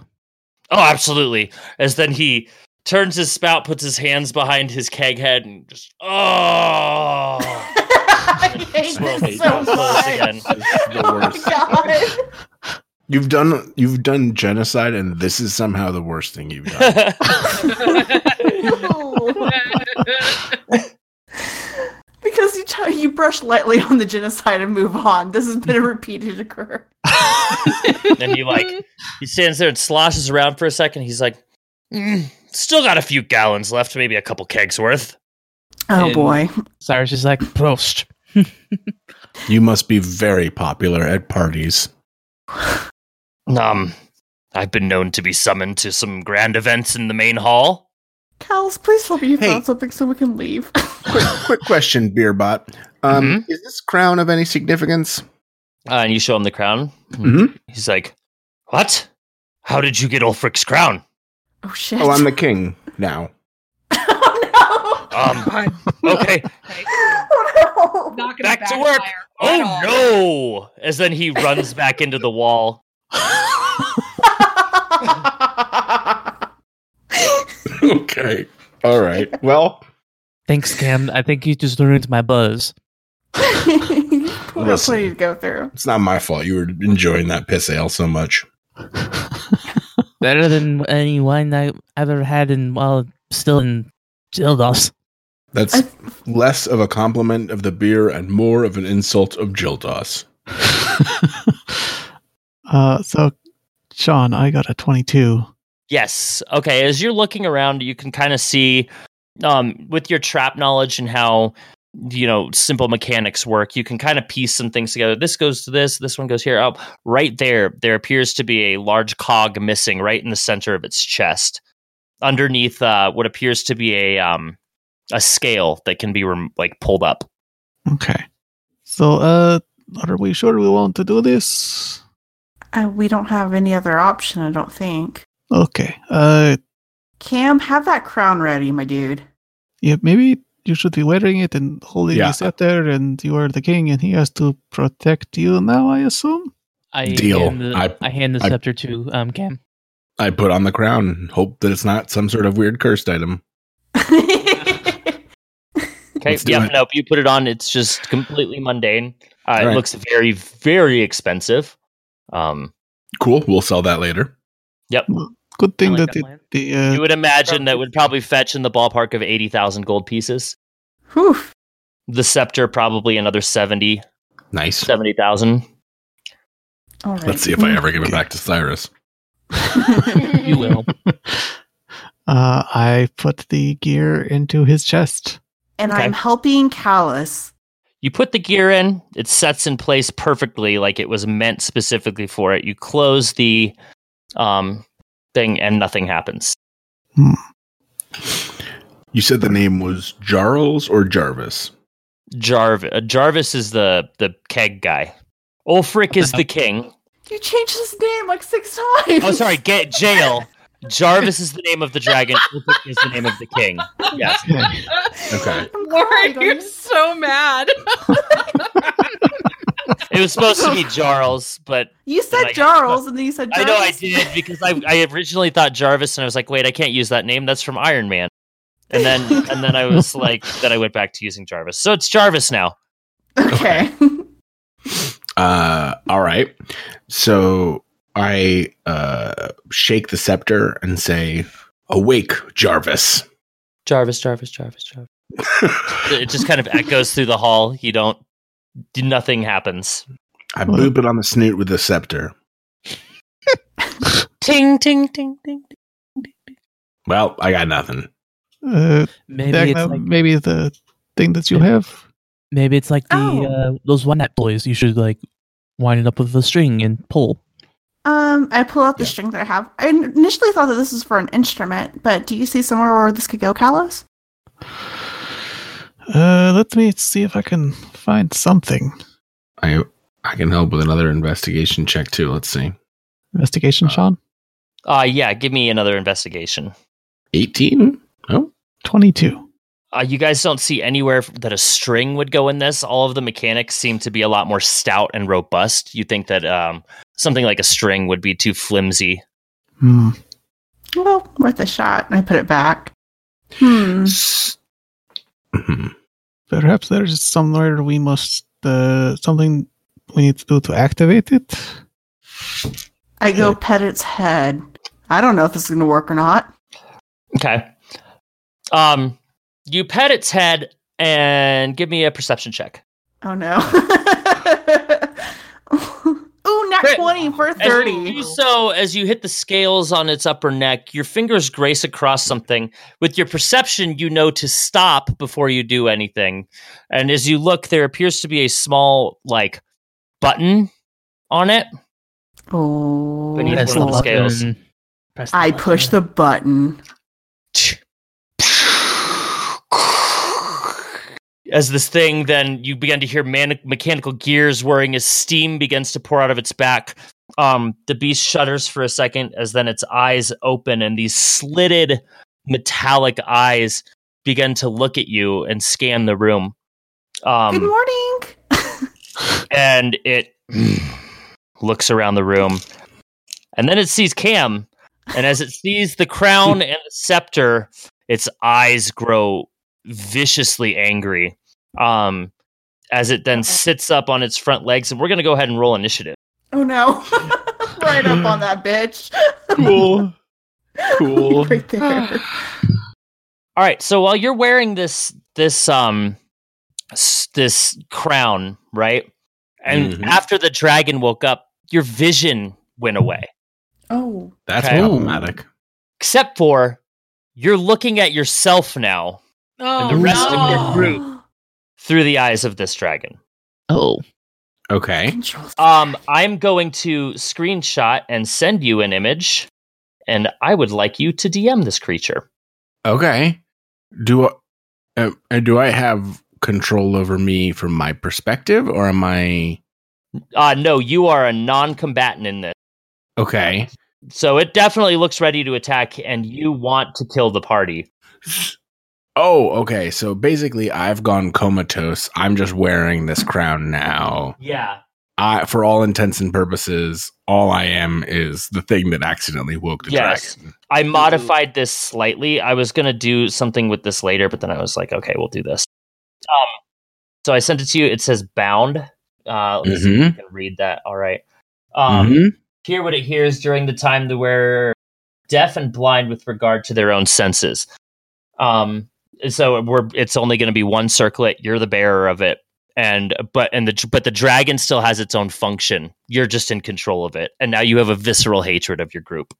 Oh, absolutely. As then he turns his spout, puts his hands behind his keg head, and just oh.
I hate
Swirl
*laughs* this
page,
so
not swirls again.
much. *laughs* Oh my god.
You've done you've done genocide, and this is somehow the worst thing you've
*laughs*
done.
Oh *laughs* because you try, you brush lightly on the genocide and move on. This has been
Mm-hmm.
a repeated occur.
and he like he stands there and sloshes around for a second. He's like, "Mm, still got a few gallons left, maybe a couple kegs worth.
Oh
And-
boy.
Cyrus is like, Prost.
You must be very popular at parties.
Um, I've been known to be summoned to some grand events in the main hall.
Cals, please tell me you
Hey.
found something so we can leave. *laughs*
Quick, quick question, Beerbot. Um, Is this crown of any significance?
Uh, and you show him the crown.
Mhm.
He's like,
What? How did you get Ulfric's crown?
oh shit.
Oh, I'm the king now.
*laughs* oh no.
Um,
God.
okay.
oh no. *laughs*
Not gonna
Back to
backfire
work.
at
Oh
all.
no! As then he runs back into the wall.
okay. All right. Well,
Thanks, Cam. I think you just ruined my buzz.
what else did you go through?
it's not my fault. You were enjoying that piss ale so much.
Better than any wine I ever had in while still in Gildos.
That's
I-
less of a compliment of the beer and more of an insult of Jildos.
uh, so, Sean, I got a 22.
Yes. Okay. As you're looking around, you can kind of see, um, with your trap knowledge and how you know simple mechanics work, you can kind of piece some things together. This goes to this. This one goes here. Oh, right there. There appears to be a large cog missing right in the center of its chest, underneath uh, what appears to be a um a scale that can be rem- like pulled up.
Okay. So, uh, are we sure we want to do this?
Uh, we don't have any other option, I don't think.
Okay. Uh,
Cam, have that crown ready, my dude. *laughs*
yeah, maybe you should be wearing it and holding
Yeah.
the scepter, and you are the king, and he has to protect you now, I assume?
I
Deal.
Hand the,
I-
I, hand the
I-
scepter to um, Cam.
I put on the crown and hope that it's not some sort of weird cursed item.
Okay.
Let's do
Yeah.
it.
Nope. You put it on. It's just completely mundane. Uh,
All
it
right.
looks very, very expensive. Um,
Cool. We'll sell that later.
Good thing
I like
that,
that
it,
plan.
the, uh,
you would imagine that would probably fetch in the ballpark of 80,000 gold pieces.
Whew.
The scepter, probably another 70,
Nice.
70,000.
All right.
Let's see if I ever *laughs* give it back to Cyrus.
You will.
uh, I put the gear into his chest.
*laughs* and
Okay.
I'm helping Callus.
You put the gear in, it sets in place perfectly like it was meant specifically for it. You close the um, thing and nothing happens.
You said the name was Jarls or Jarvis?
Jarv- uh, Jarvis is the, the keg guy. Ulfric is the king.
You changed his name like six times.
Oh,
*laughs*
sorry, get jail. Jarvis is the name of the dragon. Ulfric is the name of the king.
*laughs*
Yes.
Okay.
I'm
Lauren,
crying.
you're so mad.
It was supposed to be Jarls, but
You
Then
said
I got-
Jarls, and then you said
I
Jarvis.
know I did because I, I originally thought Jarvis and I was like, wait, I can't use that name. That's from Iron Man. And then and then I was like, then I went back to using Jarvis. So it's Jarvis now.
*laughs* Okay.
Uh, all right. So I uh, shake the scepter and say, "Awake, Jarvis."
Jarvis, Jarvis, Jarvis, Jarvis. It just kind of echoes through the hall. You don't. Nothing happens.
*laughs* I boop it on the snoot with the scepter.
Ting, ting, ting, ting.
Well, I got nothing.
Uh,
*laughs* Maybe
Dagna,
it's like
maybe the thing that you have.
maybe it's like the
Oh.
uh, those one net boys. You should like wind it up with a string and pull.
Um, I pull out the string that I have. I initially thought that this was for an instrument, but do you see somewhere where this could go, Kalos?
Uh, let me see if I can find something.
I I can help with another investigation check too. Let's see.
Investigation,
Uh,
Sean?
Uh, yeah, give me another investigation.
18?
22.
Uh, you guys don't see anywhere f- that a string would go in this. All of the mechanics seem to be a lot more stout and robust. You think that um, something like a string would be too flimsy.
Hmm.
Well, worth a shot. And I put it back. Hmm.
Mhm.
Perhaps there's somewhere we must, uh, something we need to do to activate it.
I go pet its head. I don't know if this is going to work or not.
Okay. Um, you pet its head and give me a perception check.
Oh no. *laughs* Ooh, not
Crit.
20 for
As you
30.
do so, as you hit the scales on its upper neck, your fingers grace across something. With your perception, you know to stop before you do anything. And as you look, there appears to be a small, like, button on it.
Oh.
We need Press one of the
Lord.
scales.
button. Press the
I
button.
push the button.
As this thing, then you begin to hear man- mechanical gears whirring as steam begins to pour out of its back. Um, the beast shudders for a second as then its eyes open and these slitted metallic eyes begin to look at you and scan the room.
Good
Um,
morning.
and it looks around the room and then it sees Cam. And as it sees the crown and the scepter, its eyes grow viciously angry. Um, as it then sits up on its front legs, and we're gonna go ahead and roll initiative.
Oh no. *laughs* right up on that bitch.
Cool. Cool.
*laughs* right
*sighs* *laughs*
there.
All right. So while you're wearing this this um s- this crown, right, and
Mhm.
after the dragon woke up, your vision went away.
*gasps* Oh.
That's
Okay.
problematic.
Except for you're looking at yourself now
Oh,
the rest of your
no.
group. through the eyes of this dragon.
Oh,
Okay.
*gasps* Control.
Um, I'm going to screenshot and send you an image, and I would like you to DM this creature.
Okay. Do I, uh, uh, do I have control over me from my perspective or am I
Uh, no, you are a non-combatant in this,
okay?
so it definitely looks ready to attack, and you want to kill the party.
Oh, okay. So basically I've gone comatose. I'm just wearing this crown now.
Yeah,
I for all intents and purposes, all I am is the thing that accidentally woke the
Yes.
dragon.
I modified this slightly. I was gonna do something with this later, but then I was like, okay, we'll do this. Um, so I sent it to you. It says bound. Uh, let's see if you can read that. All right. Um,
Mhm.
hear what it hears during the time that we're deaf and blind with regard to their own senses. Um, so we're it's only going to be one circlet. You're the bearer of it, and but and the but the dragon still has its own function. You're just in control of it, and now you have a visceral hatred of your group.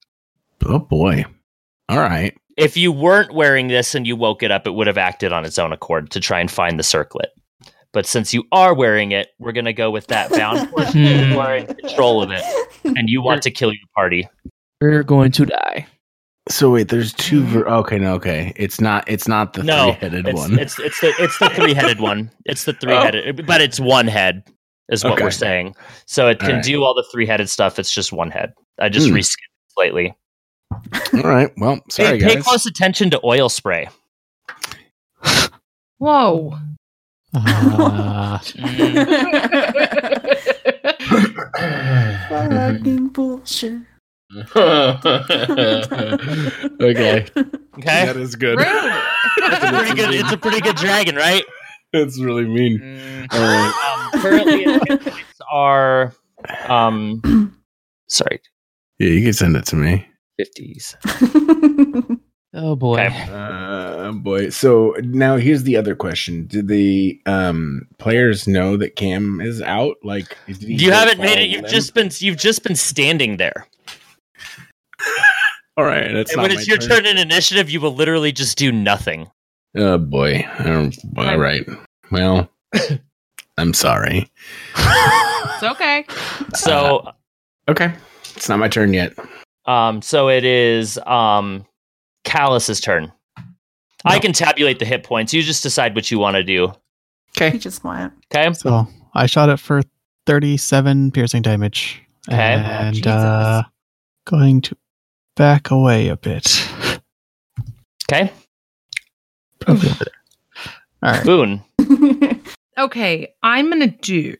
Oh boy. All right.
If you weren't wearing this and you woke it up, it would have acted on its own accord to try and find the circlet. But since you are wearing it, we're going to go with that *laughs*
*laughs*
bound,
Hmm.
We're in control of and you want to kill your party.
We're going to die.
So wait, there's two. Ver- okay, no, okay. It's not. It's not the
Mm. No,
three-headed
it's,
one.
It's it's the it's the three headed one. It's the three headed, but it's one head is what
Okay.
we're saying. So it
All
can
right.
do all the three headed stuff. It's just one head. I just
Hmm.
reskipped slightly.
All right. Well, sorry
Hey, pay
guys.
close attention to oil spray. *laughs*
Whoa.
Ah.
Mm. *laughs*
*laughs*
Fucking bullshit.
okay,
Okay,
that is good.
Rude.
*laughs* it's a pretty good. It's a pretty
*laughs*
good dragon, right?
*laughs*
Mm.
That's really mean. All right.
*laughs*
Um, currently, its hit points are um, sorry,
Yeah, you can send it to me.
50s.
Oh boy.
Okay.
Uh, boy. So now here's the other question: Do the um, players know that Cam is out? Like, did he
You
go
haven't made
follow
it. You've
them?
just been you've just been standing there.
all right. That's
and
not
when
my
it's your turn. in initiative, you will literally just do nothing.
Oh boy. Um, all right.
*laughs*
Well, I'm sorry.
It's okay.
*laughs*
So,
Okay, it's not my turn yet.
um, so it is um, Callus's turn. I
No.
can tabulate the hit points. You just decide what you want to do.
He just *laughs* went.
Okay.
So I shot it for 37 piercing damage.
Okay.
And
Jesus.
uh, going to back away a bit.
Okay.
Probably over there. All right.
Boone. Ah!
*laughs*
Okay, I'm gonna do.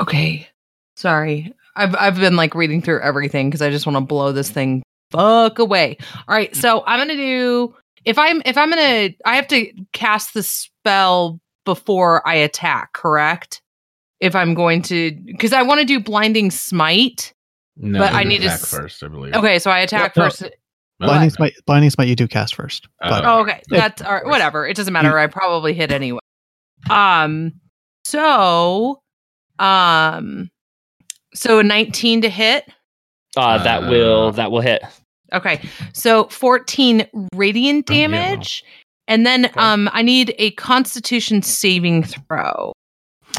Okay, sorry. I've I've been like reading through everything because I just want to blow this thing fuck away. All right, so I'm gonna do. If I'm if I'm gonna, I have to cast the spell before I attack, correct? If I'm going to, because I want to do blinding smite.
No,
But
you
I need to
attack
s-
first, I believe.
Okay, so I
Yep.
attack first.
Oh,
Blinding smite, blinding smite you do cast first. But
Oh.
Oh, okay. That's all right. Whatever. It doesn't matter. I probably hit anyway. Um. So, um. So a 19 to hit.
Uh, that
Uh,
will that will hit.
Okay. So 14 radiant
Oh, yeah.
damage. And then um I need a constitution saving throw.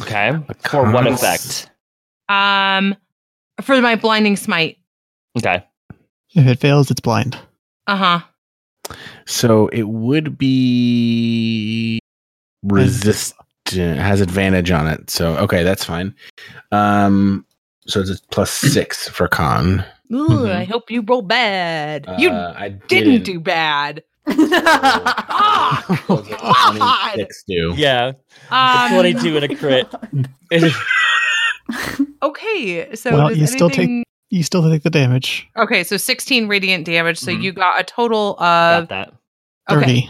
Okay. For what
cons-
effect?
Um for my blinding smite.
Okay.
if it fails, it's blind.
Uh-huh.
So it would be resist has advantage on it. So okay, that's fine. Um so it's a
*clears throat*
plus six for con.
Ooh, I hope you roll bad.
Mm-hmm. Uh,
you
I *laughs*
didn't do bad. Ah! *laughs*
What does a 26 do.
Yeah.
Um,
22 and a
*laughs*
crit.
okay. So
Well,
does
you still take-
anything-
You still take the damage.
Okay, so 16 radiant damage. So
Mhm.
you got a total
Got
of
that.
30.
okay,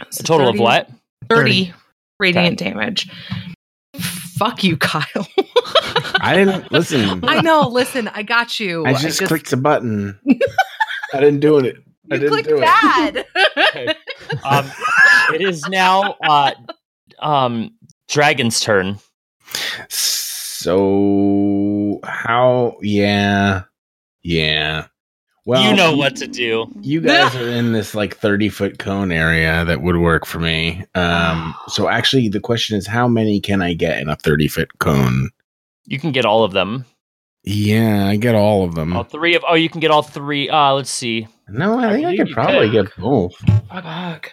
A total of
30
what?
30, radiant damage. Fuck you, *laughs* Kyle.
I didn't
*laughs*
listen.
I know. Listen, I got you.
I just clicked the button. I didn't do it. I
You
didn't
clicked
do it. *laughs*
bad.
Um, it is now uh, um, Dragon's turn.
So how yeah. Yeah. Well
you know what to do.
You guys are in this like 30 foot cone area that would work for me. Um, so actually, the question is, how many can I get in a 30 foot cone?
You can get all of them.
Yeah, I get all of them.
All three of. Oh, you can get all three. Uh, let's see.
no, I
I
think I,
believe
could
you
probably
could.
get both.
Fuck.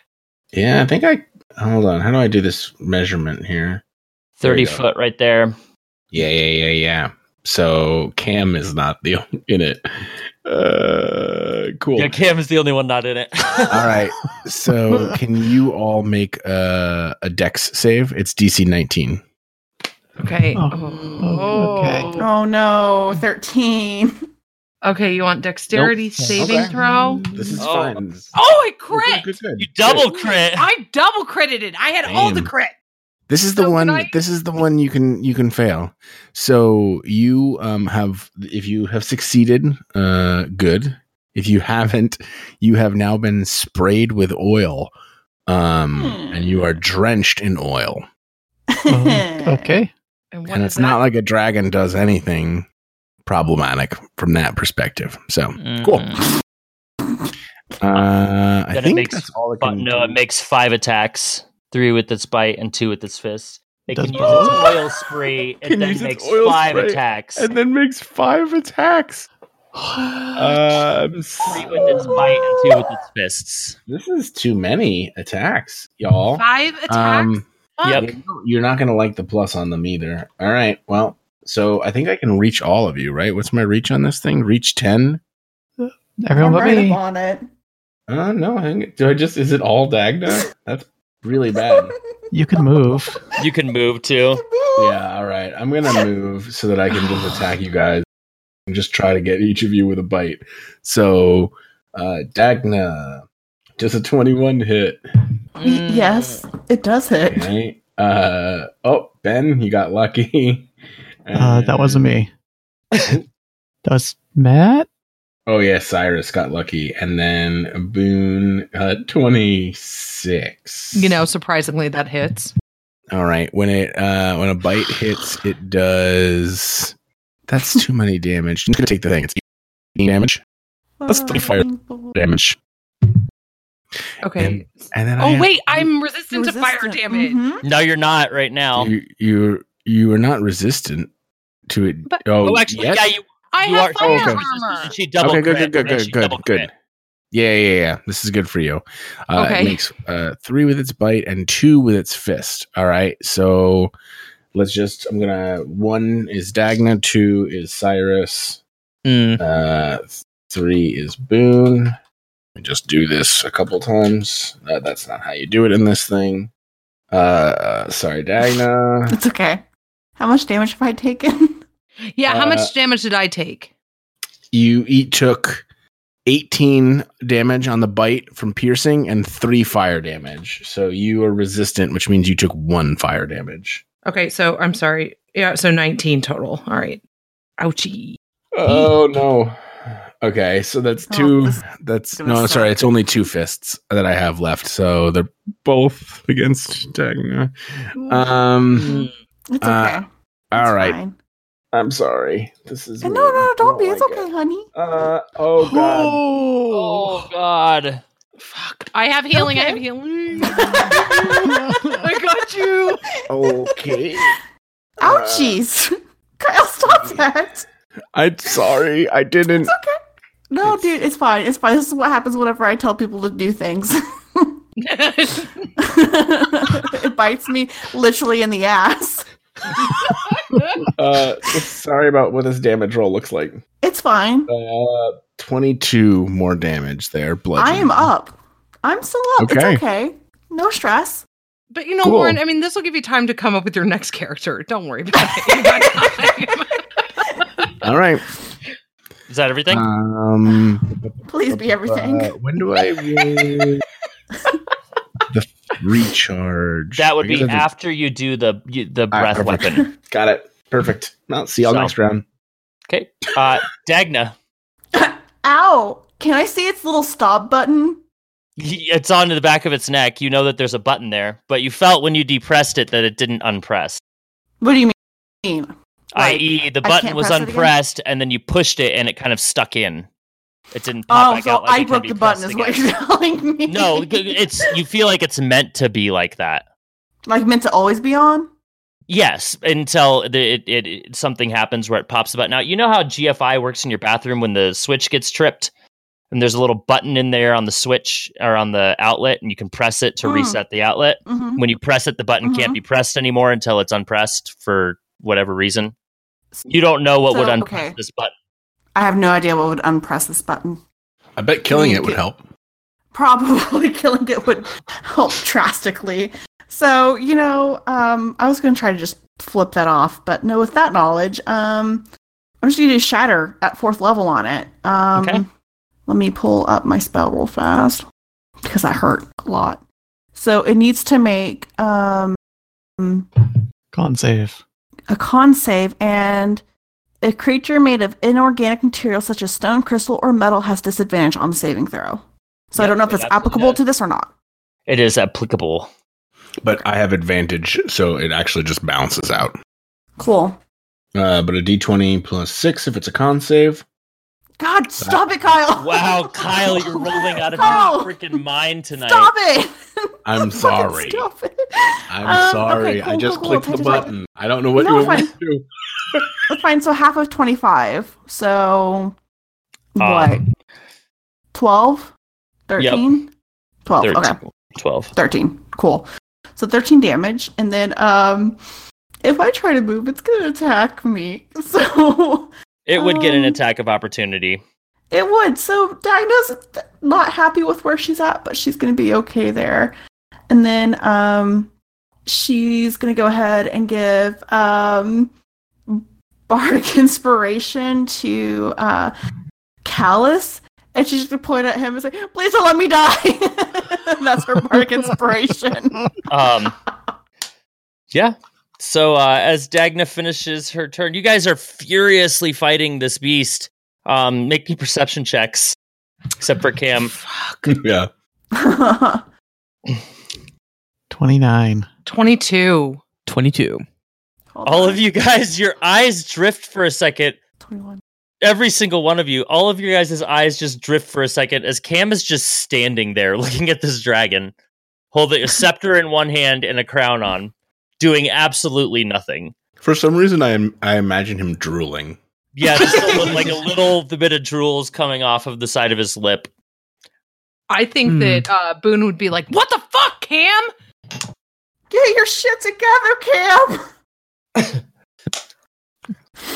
Yeah, I think I. Hold on. How do I do this measurement here? There
Thirty
you go.
foot right there.
Yeah, yeah, yeah, yeah. So Cam is not the *laughs* in it. Uh, cool.
Yeah, Cam is the only one not in it.
All
*laughs*
right. So can you all make uh, a dex save? It's DC 19.
Okay.
Oh,
Oh.
oh no, 13.
Okay, you want dexterity saving
Okay.
throw?
This is
Oh.
fine.
Oh, I
Good,
crit.
good, good,
You
good.
double crit.
I double credited. I had all the
Damn.
crit.
This is the
So
one.
can I-
This is the one you can you can fail. So you um have if you have succeeded, uh, good. If you haven't, you have now been sprayed with oil, um,
Hmm.
and you are drenched in oil.
*laughs*
Oh, okay.
And, what
and
is
it's not
that?
like a dragon does anything problematic from that perspective. So
Mm.
cool. Uh, I
Then it
think
makes
that's all it
But
can
no, it
do.
makes five attacks: three with its bite and two with its fist. It
Does
can use
both?
its
*laughs*
oil spree
Can
and then
use its
makes
oil
five
spray
attacks.
and then makes five attacks. Um,
three with its bite and two with its fists.
This is too many attacks, y'all.
five attacks.
Um,
Yep.
you're not going to like the plus on them either. All right. Well, so I think I can reach all of you, right? What's my reach on this thing? Reach 10?
I'm
Everyone but
right
me.
up on it.
Uh, no, hang it. Do I just, is it all Dagna? That's really
*laughs*
bad.
You can move.
You can move too.
Yeah. All right. I'm going to move so that I can just attack you guys and just try to get each of you with a bite. So, uh, Dagna, just a 21 hit.
Y- Yes, it does hit.
Okay. Uh, oh, Ben, you got lucky.
Uh, that wasn't me. That was Matt.
*laughs*
*laughs*
Oh yeah, Cyrus got lucky, and then Boone uh, twenty six.
You know, surprisingly, that hits.
All right, when it uh, when a bite hits, it does. That's too many damage. I'm gonna take the thing. It's eight damage. That's three fire damage.
Okay.
And then I
oh
am-
wait, I'm resistant Mm-hmm. to fire
Resistant.
damage.
Mhm.
Mm. No, you're not right now.
you you you are not resistant to it.
But-
oh,
oh, actually,
yes?
yeah, you,
I
you
have
are.
fire
oh, okay.
armor.
She double
okay, good,
crit,
good, good,
and she
good, good,
double
good.
crit.
Yeah, yeah, yeah. This is good for you. Uh,
Okay.
It makes uh, three with its bite and two with its fist. All right. So let's just. I'm gonna. One is Dagna. Two is Cyrus.
Mm.
Uh, th- three is Boone. Let me just do this a couple times. Uh, that's not how you do it in this thing. Uh, sorry, Dagna.
It's okay. How much damage have I taken? *laughs*
Yeah, how
Uh,
much damage did I take?
you eat took 18 damage on the bite from piercing and three fire damage. So you are resistant, which means you took one fire damage.
Okay, so I'm sorry. Yeah, so 19 total. All right. Ouchie.
Oh no. Okay, so that's
Hmm. Oh,
two.
this is
that's
gonna
no,
suck.
sorry. It's only two fists that I have left. So they're both against Dagna. Um.
Mm.
It's
uh,
okay. It's
All right.
Hmm. fine.
I'm sorry. This is
No,
weird.
no,
I
don't be. It's
like
okay,
it. *laughs*
honey.
Uh. Oh god.
*gasps*
Oh God!
Fuck. I have healing. I have healing. *laughs* I got you.
okay.
Ouchies. *laughs* Kyle, stop that.
I'm sorry. I didn't.
It's okay. No, dude, it's fine. It's fine. This is what happens whenever I tell people to do things. *laughs* it bites me literally in the ass.
Uh. Sorry about what this damage roll looks like.
It's fine.
Uh. Twenty-two more damage there. Blood.
I am up. I'm still up.
Okay.
It's okay. No stress.
*laughs* but you know,
Cool.
Lauren, I mean, this will give you time to come up with your next character. Don't worry about it. You got time. *laughs*
All right.
Is that everything?
Uh, Um.
Please be everything.
uh, when do
*laughs*
I? re- the recharge.
that would
I guess
be
I have to-
after you do the you, the
Ah,
breath
perfect. *laughs*
weapon.
Got it. Perfect. Well, see y'all
So-
next round.
Okay. Uh, Dagna,
Ow. Can I see its little stop button?
y- it's on to the back of its neck. You know that there's a button there, but you felt when you depressed it that it didn't unpress.
What do you mean? Like,
I.e., the
I
button
can't
was
press it again?
unpressed, and then you pushed it, and it kind of stuck in. It didn't pop
Oh,
back
so
out. Like
I
it can
broke
be
the button,
pressed
is what
again.
you're *laughs* telling me.
no, g- g- it's you feel like it's meant to be like that.
like meant to always be on?
Yes, until the, it, it, it something happens where it pops about. Now you know how GFI works in your bathroom when the switch gets tripped, and there's a little button in there on the switch or on the outlet, and you can press it to
Hmm.
reset the outlet.
hmm
When you press it, the button can't
Mhm.
be pressed anymore until it's unpressed for whatever reason. You don't know what would
So,
unpress
okay.
this button.
I have no idea what would unpress this button.
I bet killing it would help.
probably *laughs* killing it would help drastically. So, you know, um, I was going to try to just flip that off, but no, with that knowledge, um, I'm just going to do Shatter at fourth level on it. Um,
Okay.
Let me pull up my spell real fast because that hurt a lot. So it needs to make um,
Con save.
a con save, and a creature made of inorganic material such as stone, crystal, or metal has disadvantage on the saving throw. So I
Yeah,
don't know if
it
that's
absolutely
applicable
does.
to this or not.
It is applicable.
But I have advantage, so it actually just balances out.
Cool.
Uh, but a d20 plus six if it's a con save.
God, stop it,
*laughs*
Kyle. *laughs*
Wow, Kyle, you're rolling out of
Kyle,
your freaking mind tonight.
Stop it.
*laughs* I'm
Fucking
sorry.
Stop it.
I'm
Um,
sorry.
okay, cool,
I just
cool, cool.
clicked
Take
the
this out.
button. I don't know what
No,
you want me to do.
That's fine. So half of 25. So
Uh,
what? 12? 13? 12.
13,
Oh, Okay.
12.
13. Cool. So 13 damage. And then um if I try to move, it's going to attack me. *laughs* So
It would get an
Um,
attack of opportunity.
It would. So Dagna's not happy with where she's at, but she's going to be okay there. And then um, she's going to go ahead and give um, Bardic *laughs* Inspiration to uh, Callus. And she's going to point at him and say, Please don't let me die. *laughs* And That's her
*laughs*
Bardic Inspiration.
Um, yeah. So uh, as Dagna finishes her turn, you guys are furiously fighting this beast. Um, make me perception checks, except for Cam.
Fuck.
*laughs* yeah.
Twenty-nine.
22.
22.
All of you guys, your eyes drift for a second.
Twenty-one.
Every single one of you, all of your guys' eyes just drift for a second as Cam is just standing there *laughs* looking at this dragon, holding a scepter in one hand and a crown on, doing absolutely nothing.
For some reason, I am, I imagine him drooling.
Yeah, just a little, like a little bit of drools coming off of the side of his lip.
I think
Hmm.
that uh, Boone would be like, What the fuck, Cam?
Get your shit together,
*laughs*
Cam. *laughs*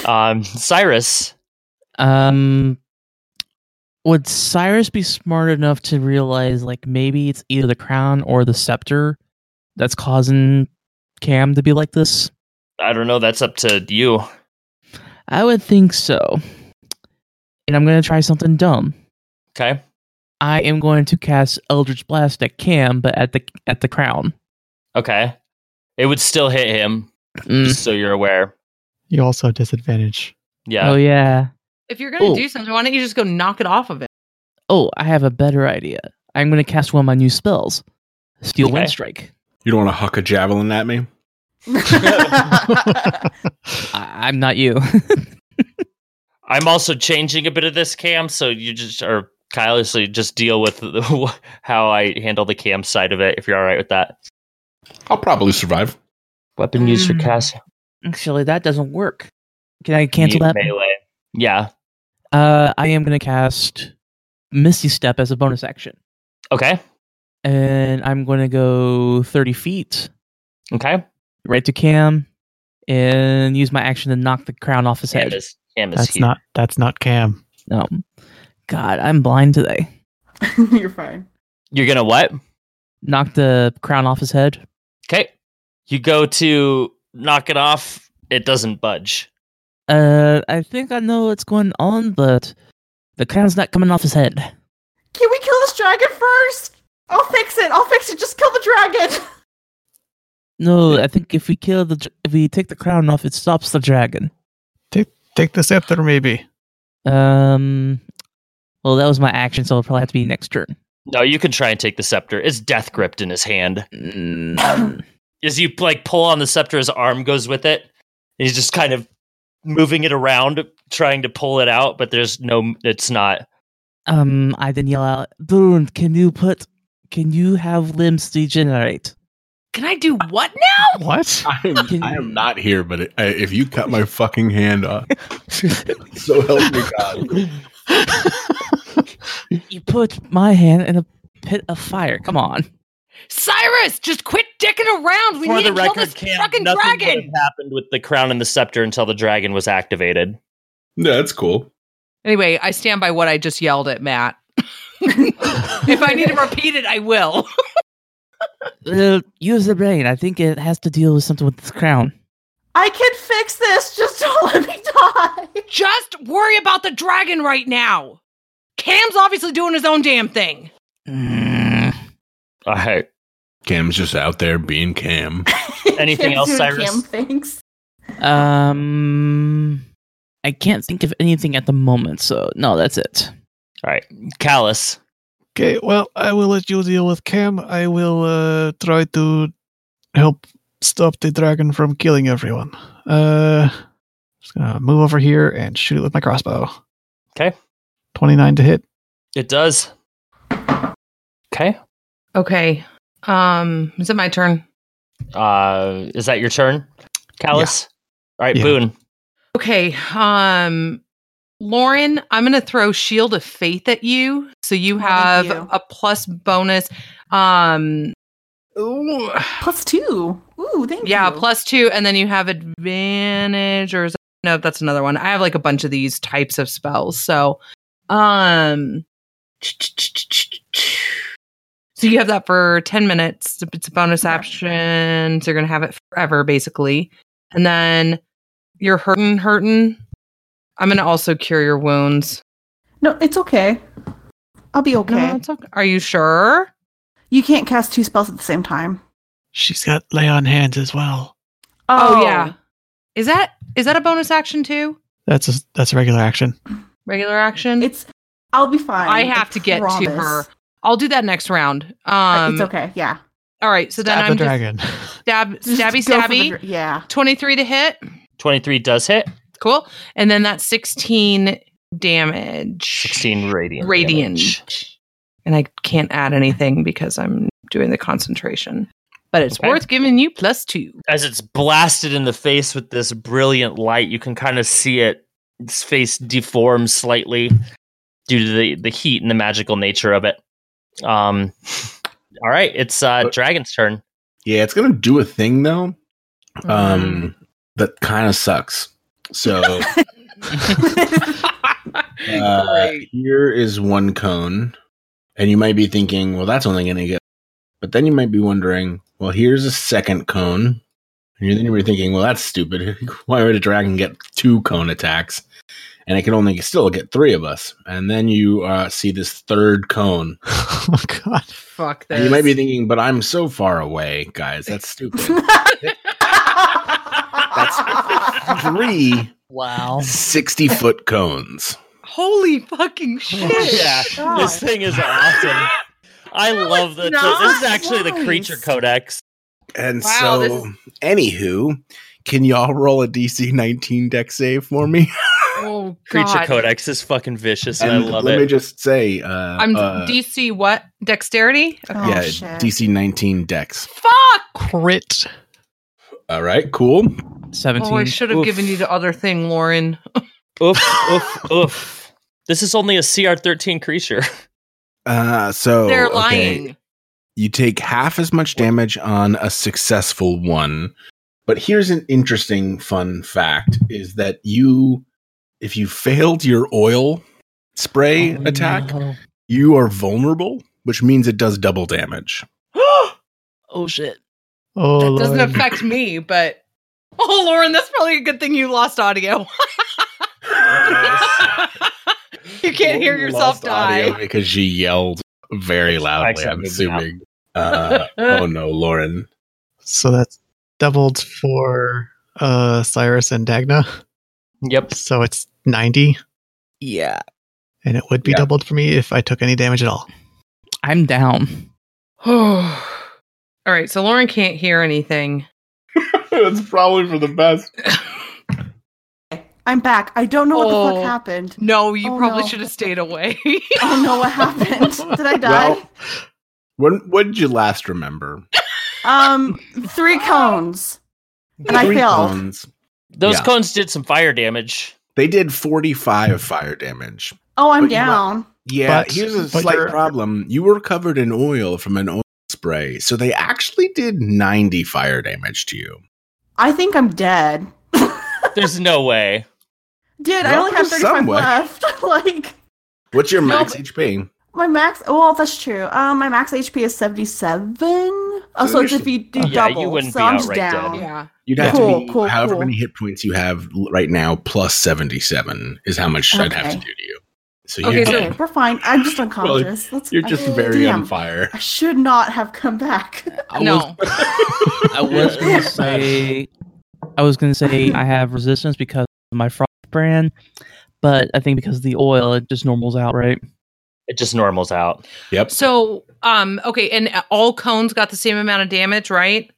Um, Cyrus,
Um, would Cyrus be smart enough to realize, like, maybe it's either the crown or the scepter that's causing Cam to be like this?
I don't know. That's up to you.
I would think so. And I'm going to try something dumb.
Okay.
I am going to cast Eldritch Blast at Cam, but at the at the crown.
Okay. It would still hit him,
Mm.
just so you're aware.
You also have disadvantage.
Yeah.
Oh yeah.
If you're going
Ooh.
to do something, why don't you just go knock it off of it?
Oh, I have a better idea. I'm going to cast one of my new spells, Steel
Okay.
Wind Strike.
You don't want to huck a javelin at me?
I- I'm not you. *laughs*
I'm also changing a bit of this cam, so you just or Kyle, so you just deal with the, *laughs* how I handle the cam side of it. If you're all right with that,
I'll probably survive.
weapon used for
Mm.
cast
Actually, that doesn't work. Can I cancel
me-
that?
melee. Yeah.
Uh, I am going to cast Misty Step as a bonus action,
Okay.
and I'm going to go 30 feet
Okay.
right to Cam, and use my action to knock the crown off his
Cam
head.
is cam is
That's
here.
not. That's not Cam.
No, God, I'm blind today.
You're fine.
You're gonna what?
Knock the crown off his head.
Okay. You go to knock it off. It doesn't budge.
Uh, I think I know what's going on, but the crown's not coming off his head.
Can we kill this dragon first? I'll fix it. I'll fix it. Just kill the dragon. *laughs*
No, I think if we kill the, dr- if we take the crown off, it stops the dragon.
Take the scepter, maybe.
Um, well, that was my action, so it'll probably have to be next turn.
No, you can try and take the scepter. It's death gripped in his hand.
Mm,
As you like pull on the scepter, his arm goes with it. And he's just kind of moving it around, trying to pull it out, but there's no. It's not.
um, I then yell out, Boone, can you put, can you have limbs degenerate?
Can I do what now?
What?
*laughs*
*laughs*
I am, I am not here, but it, I, if you cut my fucking hand off, *laughs* so help me God.
You put my hand in a pit of fire. Come on.
Cyrus, just quit dicking around. We
For
need
the
to kill
record,
this
Cam,
fucking
nothing would have
dragon.
happened with the crown and the scepter until the dragon was activated.
Yeah, that's cool.
Anyway, I stand by what I just yelled at Matt. *laughs* if I need to repeat it, I will. *laughs*
Uh, use the brain. I think it has to deal with something with this crown.
I can fix this. Just *laughs* don't let me die.
Just worry about the dragon right now. Cam's obviously doing his own damn thing.
Mm.
All right.
Cam's just out there being Cam.
*laughs* Anything else,
Doing
Cyrus?
Cam things.
Um, I can't think of anything at the moment, so no, that's it.
Callus.
Okay, well, I will let you deal with Cam. I will uh, try to help stop the dragon from killing everyone. Uh, just gonna move over here and shoot it with my crossbow.
'Kay.
29 to hit.
It does. Okay.
Okay. Um, is it my turn?
Uh, is that your turn, Callus? All right,
Yeah.
Boone.
Okay. Um Lauren, I'm going to throw Shield of Faith at you so you
thank
have
you.
a plus bonus. Um ooh,
Plus two. Ooh, thank
yeah,
you.
plus 2 and then you have advantage or is that, no, that's another one. I have like a bunch of these types of spells. So um so you have that for 10 minutes. It's a bonus action. So you're going to have it forever basically. And then you're hurting hurting. I'm going to also cure your wounds.
No, it's okay. I'll be okay.
No, it's okay. Are you sure?
You can't cast two spells at the same time.
She's got lay on hands as well.
Oh.
yeah. Is Oh, that is that a bonus action too?
That's a, that's a regular action.
regular action?
Oh. It's. I'll be fine.
I have to get to
promise. Uh,
her. I'll do that next round. Um,
it's okay. Yeah.
All right. So then
Stab the
I'm just
dragon. *laughs*
stab,
Just
stabby,
go for the
stabby.
dr- yeah.
23 to hit.
23 does hit.
Cool. And then that's 16 damage.
16 radiant.
radiant.
damage.
And I can't add anything because I'm doing the concentration. But it's
Okay.
worth giving you plus two.
As it's blasted in the face with this brilliant light, you can kind of see it. Its face deforms slightly due to the, the heat and the magical nature of it. Um, all right, it's uh,
But-
Dragon's turn.
Yeah, it's gonna do a thing though. Um, that kind of sucks. So uh,
Great.
here is one cone, and you might be thinking, "Well, that's only gonna get." But then you might be wondering, "Well, here's a second cone," and you- then you're thinking, "Well, that's stupid. *laughs* Why would a dragon get two cone attacks?" And it can only still get three of us. And then you uh, see this third cone.
oh god.
Fuck
And
this.
you might be thinking, but I'm so far away, guys. That's
*laughs*
stupid. Three
Wow.
60 foot cones.
Holy
Oh,
fucking shit.
yeah,
God.
this thing is awesome. I
No,
love
it's
that.
not.
This is actually the creature
Nice.
codex.
And
Wow,
so, anywho, can y'all roll a DC 19 deck save for *laughs* me?
Oh, God.
Creature codex is fucking vicious, and,
And
I love
let
it.
me just say, uh,
I'm
uh,
DC what? Dexterity? Okay.
Oh,
yeah,
shit.
DC 19 decks.
Fuck.
Crit.
All right, cool.
Seventeen.
Oh, I should have
Oof.
given you the other thing, Lauren.
oof, oof, oof. This is only a CR13 creature. *laughs*
Uh, so
They're
okay,
lying. *gasps*
You take half as much damage on a successful one. But here's an interesting fun fact is that you if you failed your oil spray
Oh,
attack,
no.
you are vulnerable, which means it does double damage.
Oh shit.
Oh,
that doesn't
Lord.
affect me, but oh, Lauren, that's probably a good thing you lost audio. *laughs* *laughs* you can't hear yourself
Lost audio
die.
because she yelled very loudly. I'm
accidentally now.
*laughs*
assuming. Uh, oh no, Lauren.
So that's doubled for uh Cyrus and Dagna.
Yep.
So it's 90
Yeah.
and it would be
Yeah.
doubled for me if I took any damage at all.
I'm down.
*sighs* All right, so Lauren can't hear anything.
That's probably for the best.
*laughs* I'm back. I don't know what the
Oh.
fuck happened.
No, you
Oh,
probably
no.
should have stayed away. *laughs*
I don't know what happened.
*laughs*
Did I die?
Well- When when did you last remember?
um, three cones. And I failed.
cones.
Those
Yeah.
cones did some fire damage.
They did 45 fire damage.
Oh, I'm
But you
down.
Yeah,
But-
here's a
but
slight
you're-
problem. You were covered in oil from an oil spray, so they actually did 90 fire damage to you.
I think I'm dead.
There's no way.
Dude, I
Well,
only have
there's
35
some way.
left. *laughs* like
What's your
No,
max
but-
HP?
my max. Well, that's true. Um, my max HP is 77. Oh,
So
so it's
you're-
if you do
Yeah, you
double.
wouldn't
so
be
I'm just
outright
down.
dead.
yeah.
You'd have
Cool,
to be
cool,
however
cool.
many hit points you have l- right now plus 77 is how much I'd have to
Okay.
do to you. So
Okay,
you're
so-
Okay,
dead.
we're fine. I'm just unconscious. That's,
You're just
I-
very
damn.
on fire.
I should not have come back. *laughs*
I was,
*laughs* No.
I *laughs* was gonna say. I was gonna say I have resistance because of my frost brand, but I think because of the oil, it just normals out, right?
It just normals out.
*laughs* Yep.
So, um, okay, and all cones got the same amount of damage, right?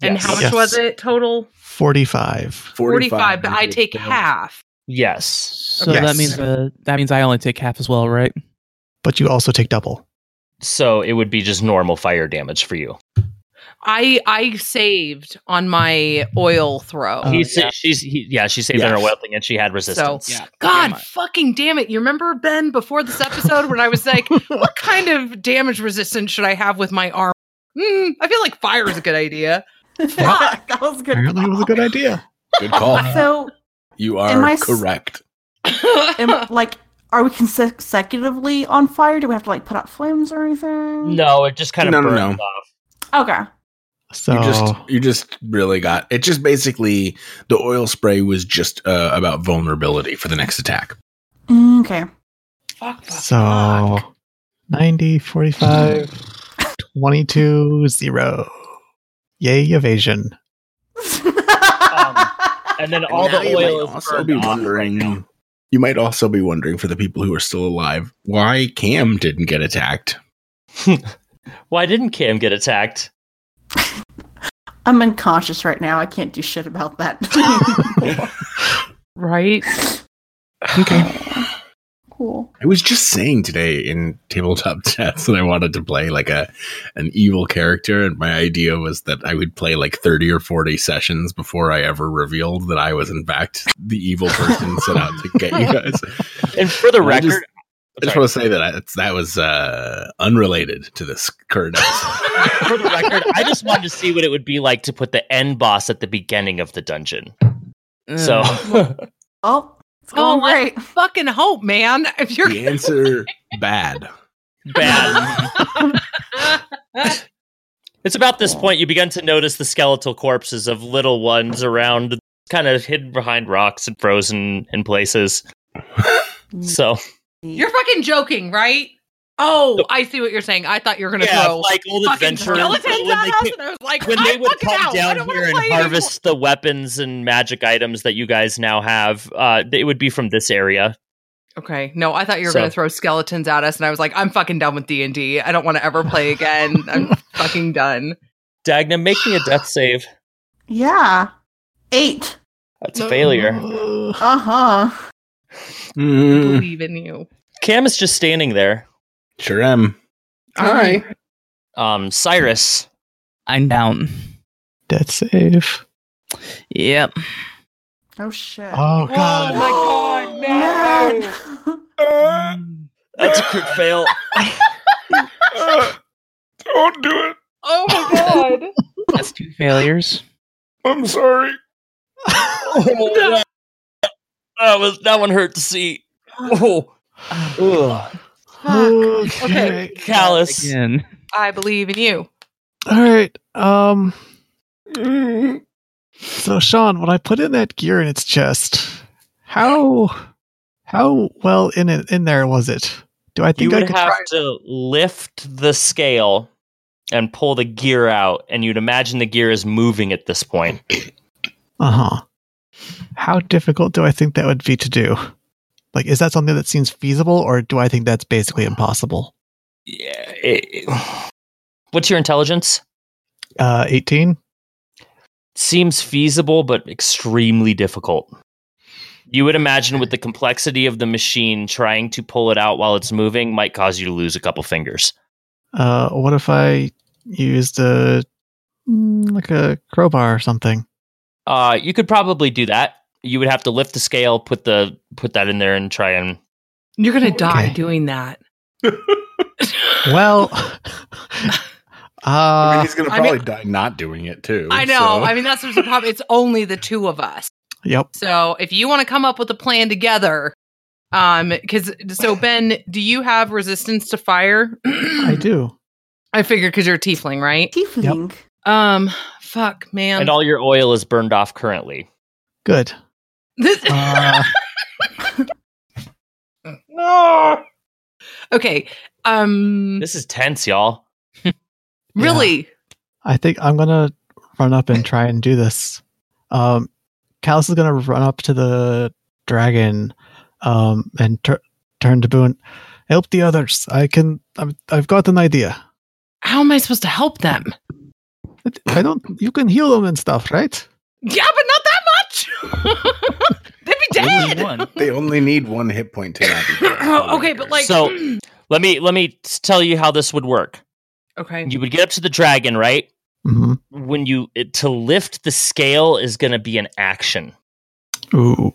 And
Yes.
how much
Yes.
was it total?
45.
45, but I take half.
Yes.
So
Yes.
that means uh, that means I only take half as well, right?
But you also take double.
So it would be just normal fire damage for you.
I I saved on my oil throw.
Oh,
he,
yeah.
sa- she's, he, yeah, she saved on her
Yes.
oil thing and she had resistance.
So, God
Damn it.
fucking damn it. You remember, Ben, before this episode when I was
*laughs*
like, what kind of damage resistance should I have with my arm? Mm, I feel like fire is a good idea.
*laughs* that was a good.
Apparently, it was a good idea.
Good call.
*laughs* So,
You
Am I
are
s-
correct.
*laughs*
am, like, are we consecutively on fire? Do we have to like put out flames or anything?
No, it just kind of
No, no,
burns
no.
off.
Okay.
So
You just
Oh.
you just really got it. Just basically, the oil spray was just uh, about vulnerability for the next attack.
Mm, Okay.
Fuck, fuck,
So
fuck.
90, 45, 22, 0. Yay, evasion.
And then all
now
the
you might
oil is
also
burned
be
off.
wondering You might also be wondering for the people who are still alive why Cam didn't get attacked.
Why didn't Cam get attacked?
*laughs* I'm unconscious right now. I can't do shit about that. *laughs*
Right?
Okay.
cool.
I was just saying today in tabletop *laughs* chats that I wanted to play like a an evil character, and my idea was that I would play like thirty or forty sessions before I ever revealed that I was in fact the evil
*laughs*
person sent out to get you guys.
And for the
I
record,
just- I just want to say that I, it's- that was uh, unrelated to this current episode.
*laughs*
*laughs*
for the record, I just wanted to see what it would be like to put the end boss at the beginning of the dungeon. So
Oh, it's
Oh,
going great.
Fucking hope, man. *laughs* If you're
the answer bad.
*laughs* bad. It's about this point you begin to notice the skeletal corpses of little ones around, kind of hidden behind rocks and frozen in places. So
*laughs* You're fucking joking, right? Oh, I see what you're saying. I thought you were gonna
yeah,
throw
like old
fucking
adventure.
skeletons
when
at
they
us,
ca-
and I was like,
when
I'm
they would
fucking
come
out. I
down
don't
here
wanna
and
play
harvest the weapons and magic items that you guys now have, uh, it would be from this area.
anymore. Okay, no, I thought you were
So-
gonna throw skeletons at us, and I was like, I'm fucking done with D and D. I don't want to ever play again. I'm fucking done.
Dagna, make me a death save.
Yeah. Eight.
That's a failure.
Uh huh.
Mm-hmm.
Mm,
Believe in you.
Cam is just standing there.
sure am.
All right.
Um, Cyrus,
I'm down.
Death save.
*laughs* Yep.
Oh shit.
Oh god.
Oh
my
Man.
Uh, Oh
that's a crit
*laughs*
fail.
*laughs* don't do it.
Oh my god.
That's two failures.
I'm sorry.
Oh, That was that one hurt to see. Oh, Ugh.
Okay.
Okay.
callous.
Again.
I believe in you.
All right. Um.
Mm.
So Sean, when I put in that gear in its chest, how how well in it in there was it? Do I
You
think I
would
could
have
try?
to lift the scale and pull the gear out, and you'd imagine the gear is moving at this point.
Uh huh. How difficult do I think that would be to do? Like, is that something that seems feasible, or do I think that's basically impossible?
Yeah. it- it- what's your intelligence?
Uh, eighteen.
Seems feasible, but extremely difficult. You would imagine with the complexity of the machine, trying to pull it out while it's moving might cause you to lose a couple fingers.
Uh, what if I used a mm, like a crowbar or something?
Uh, you could probably do that. You would have to lift the scale, put the put that in there, and try and.
You're gonna die
Okay.
doing that.
Well, *laughs*
I mean,
uh,
he's gonna
I mean-
probably die not doing it too.
I know.
so-
I mean, that's the problem. It's only the two of us.
yep.
So if you want to come up with a plan together, um, because so Ben, do you have resistance to fire? *clears throat*
I
I
do.
figured because you're a tiefling, right?
*laughs* Tiefling.
Um, fuck, man.
And all your oil is burned off currently.
Good.
*laughs* This-
Uh,
okay. Um,
This is tense, y'all.
really,
I think I'm gonna run up and try and do this. Um, Callus is gonna run up to the dragon, um, and tur- turn to Boone. Help the others. I can. I'm, I've got an idea.
how am I supposed to help them?
I th- I don't. You can heal them and stuff, right?
Yeah, but not that much. *laughs* They'd be
Only
dead.
one.
They only need one hit point to not be
*coughs*
dead.
*laughs* okay, but like,
So- Let me let me tell you how this would work.
*clears throat* okay,
You would get up to the dragon, right?
Mm-hmm.
When you it, to lift the scale is going to be an action.
Ooh.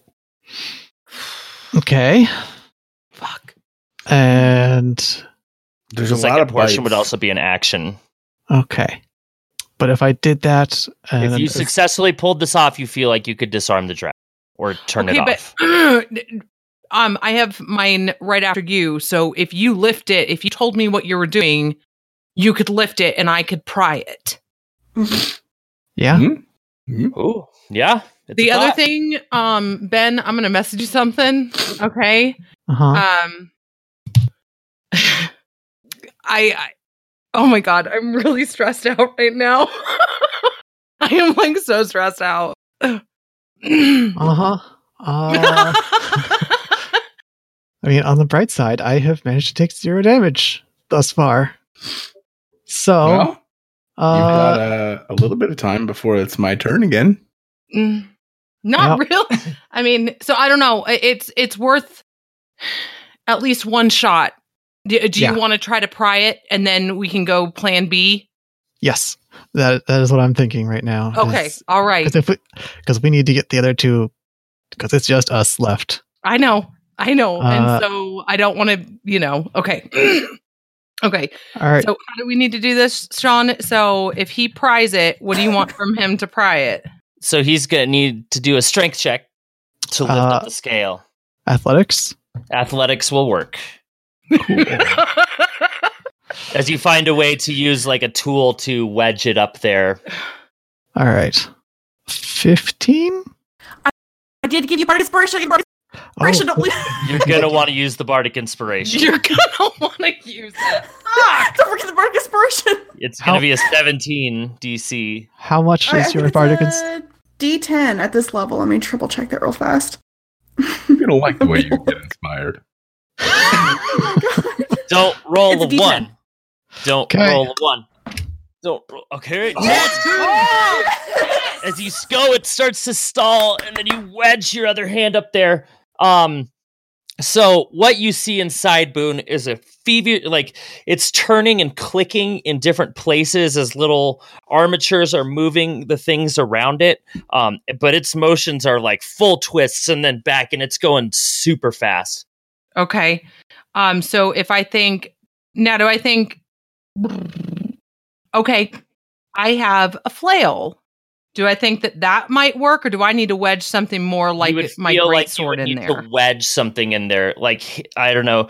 Okay.
fuck.
And
there's
The
a lot
second
of
portion
bites.
would also be an action.
okay. But if I did that, and
if you successfully pulled this off, you feel like you could disarm the dragon or turn it
Okay,
off.
but *clears throat* um, I have mine right after you. So if you lift it, if you told me what you were doing, you could lift it and I could pry it.
*laughs*
yeah,
Ooh, yeah. it's
the
a
other
thought.
thing, um, Ben, I'm gonna message you something. Okay.
uh-huh.
Um, *laughs* I, I, oh my god, I'm really stressed out right now. *laughs* I am like
Uh-huh.
*laughs*
so stressed out.
uh huh, uh
I
I mean, on the bright side, I have managed to take zero damage thus far.
Oh,
So,
well, you've
uh,
got a, a little bit of time before it's my turn again.
Mm, *laughs* not real. I mean, so I don't know. I- It's it's worth at least one shot. Do, do
Yeah.
you want to try to pry it, and then we can go Plan B?
yes, that that is what I'm thinking right now.
Okay,
is-
all right.
Because if we, because we need to get the other two, because it's just us left.
I know, I know,
Uh,
and so I don't want to, you know. Okay, *clears throat* okay.
All right.
So how do we need to do this, Sean? So if he pries it, what do you want from him to pry it?
So he's gonna need to do a strength check to lift up
Uh,
the scale.
athletics.
Athletics will work as you find a way to use like a tool to wedge it up there.
All right. 15?
I did give you part inspiration. Part inspiration.
Oh.
Don't lose.
You're
*laughs*
gonna want to use the bardic inspiration.
*laughs* You're gonna *laughs* want to use it.
*laughs* don't forget the part inspiration.
It's gonna
How-
be a 17 DC.
How much
All right, I
is your
think
bardic?
it's
ins-
a D10 at this level. Let me triple check that real fast.
You don't like the way you
*laughs*
get inspired.
*laughs* oh my god.
Don't roll
It's a
the
D10.
one. Don't
Okay.
roll the one. Don't roll. Okay. Yes! As you go, it starts to stall, and then you wedge your other hand up there. Um, so what you see inside Boone is a fever, like it's turning and clicking in different places as little armatures are moving the things around it. Um, but its motions are like full twists and then back, and it's going super fast.
Okay. Um, so if I think now do I think *sniffs* okay, I have a flail. Do I think that that might work or do I need to wedge something more like
you would
my
feel
great
like you
sword
would
in
need
there?
To wedge something in there, like hi- I don't know,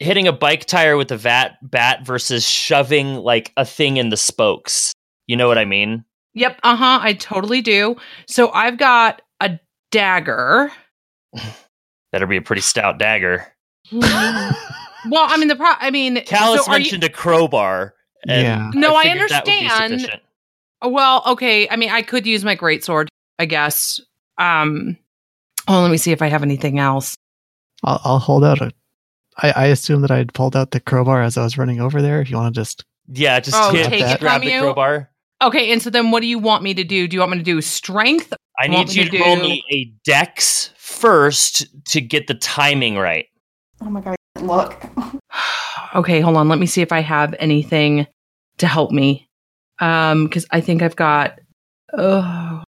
hitting a bike tire with a vat bat versus shoving like a thing in the spokes. You know what I mean?
Yep, uh-huh, I totally do. So I've got a dagger.
That'd be a pretty stout dagger.
Well, I mean the pro I mean
Callus
so are you-
mentioned a crowbar. And
Yeah.
No, I
figured that would be
understand.
sufficient.
Well, okay. I mean, I could use my greatsword, I guess. Um Oh, let me see if I have anything else.
I'll, I'll hold out a. I, I assume that I'd pulled out the crowbar as I was running over there. If you want to just.
Yeah, just
Oh,
hit-
take it
grab
from
the
you?
crowbar.
Okay, and so then what do you want me to do? Do you want me to do strength? *sighs*
I
Want
need
me
you to
to
roll
do-
me a dex first to get the timing right.
Oh my god. Look.
okay, hold on. Let me see if I have anything to help me. Um, cuz I think I've got oh,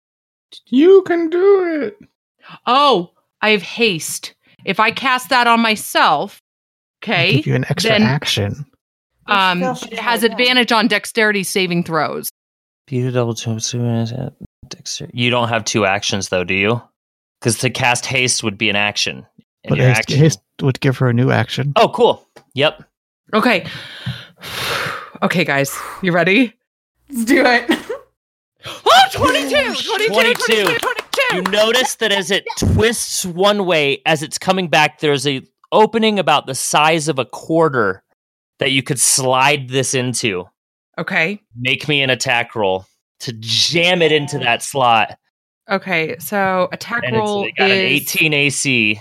You can do it.
oh, I have haste. If I cast that on myself, okay?
Give you an extra
then-
action.
Um,
Yourself
it
is
has
like that.
advantage on dexterity saving throws.
Peter double jump uh, You don't have two actions though, do you? Because to cast haste would be an action. And
But
your
haste,
action.
haste would give her a new action.
Oh, cool. Yep.
Okay. Okay, guys. You ready?
Let's do *laughs* it.
*gasps* Oh, 22, 22,
22.
22,
You notice that as it twists one way, as it's coming back, there's a opening about the size of a quarter that you could slide this into.
Okay.
Make me an attack roll to jam it into that slot.
Okay. So attack
And it's
roll
it got an
is
18
*laughs*
AC.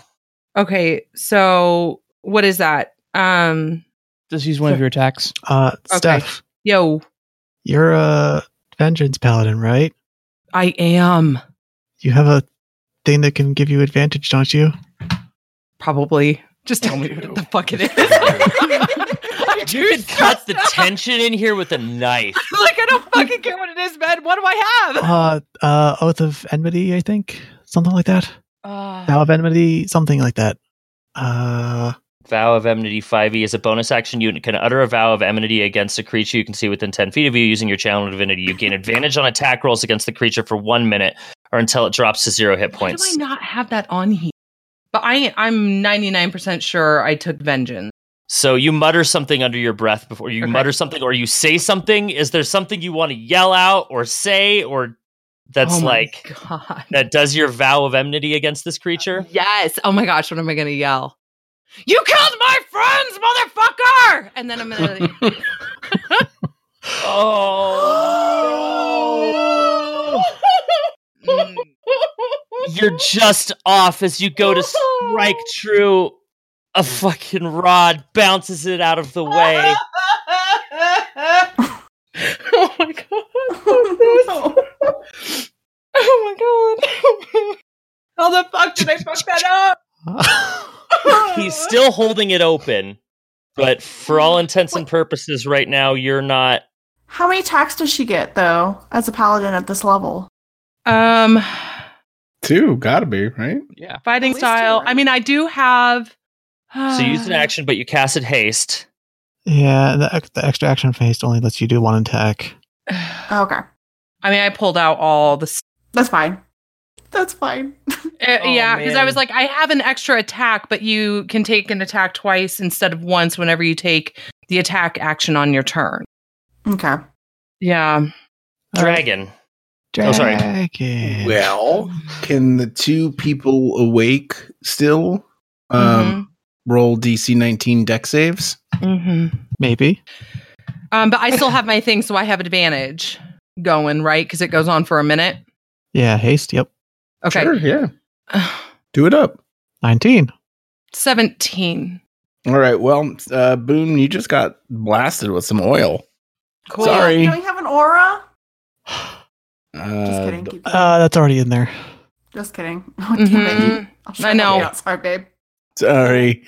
Okay. So what is that? Um.
Just use one of your attacks.
Oh,
Uh, Steph,
Yo,
you're a vengeance paladin, right?
I am
You have a thing that can give you advantage, don't
*laughs*
you?
probably. Just tell me what the fuck
*laughs*
it is. *laughs* I'm too
You could cut
stressed
the
out.
tension in here with a knife.
*laughs* Like I don't fucking care what it is, man. What do I
Uh, uh, Oath of Enmity, I think. Something like that.
have?
Vow of Enmity, something like that. Uh,
Vow of Enmity 5e is a bonus action. You can utter a vow of enmity against a creature you can see within 10 feet of you using your channel divinity. You gain advantage on attack rolls against the creature for one minute or until it drops to zero hit
Why do I
points.
not have that on here? But I, I'm 99% sure I took vengeance.
So you mutter something under your breath before you
Okay.
mutter something or you say something. Is there something you want to yell out or say or that's
Oh my
like
*laughs* God.
that does your vow of enmity against this
*gasps*
creature?
Yes. Oh my gosh, what am I gonna yell? You killed my friends, motherfucker! And then I'm gonna *laughs*
Oh.
Mm.
You're just off as you go to strike true a fucking rod bounces it out of the way.
*laughs* oh my god. *laughs* Oh my god. How the fuck did I fuck that up?
He's still holding it open, but for all intents and purposes, right now you're not.
How many attacks does she get though, as a paladin at this level?
*laughs* Um
Two, gotta be, right?
Yeah.
fighting
At least
style.
two, right?
I mean, I do have
So you use
*sighs*
an action, but you cast it haste.
yeah, the, ex- the extra action phase only lets you do one attack.
I
Oh, Okay.
mean, I pulled out all the s-
That's fine. That's fine.
uh,
Oh,
yeah, because I
man.
was like, I have an extra attack, but you can take an attack twice instead of once whenever you take the attack action on your turn.
Okay.
Yeah.
Uh,
Dragon.
Dragon.
Oh, sorry.
Well, can the two people awake still um,
Mm-hmm.
roll DC 19 deck saves?
hmm
Maybe.
Um, but I still have my thing, so I have advantage going right because it goes on for a minute.
Yeah, haste. Yep.
Okay,
Sure, yeah. Do it up.
19.
*sighs* seventeen.
All right. Well, uh, Boom, you just got blasted with some oil.
Cool.
Sorry.
Do we have an aura? Just
Uh,
kidding. Keep going.
Uh, that's already in there.
Just kidding. *laughs* Oh, damn it.
Mhm.
I'll
I know.
Yeah, sorry, babe.
Sorry.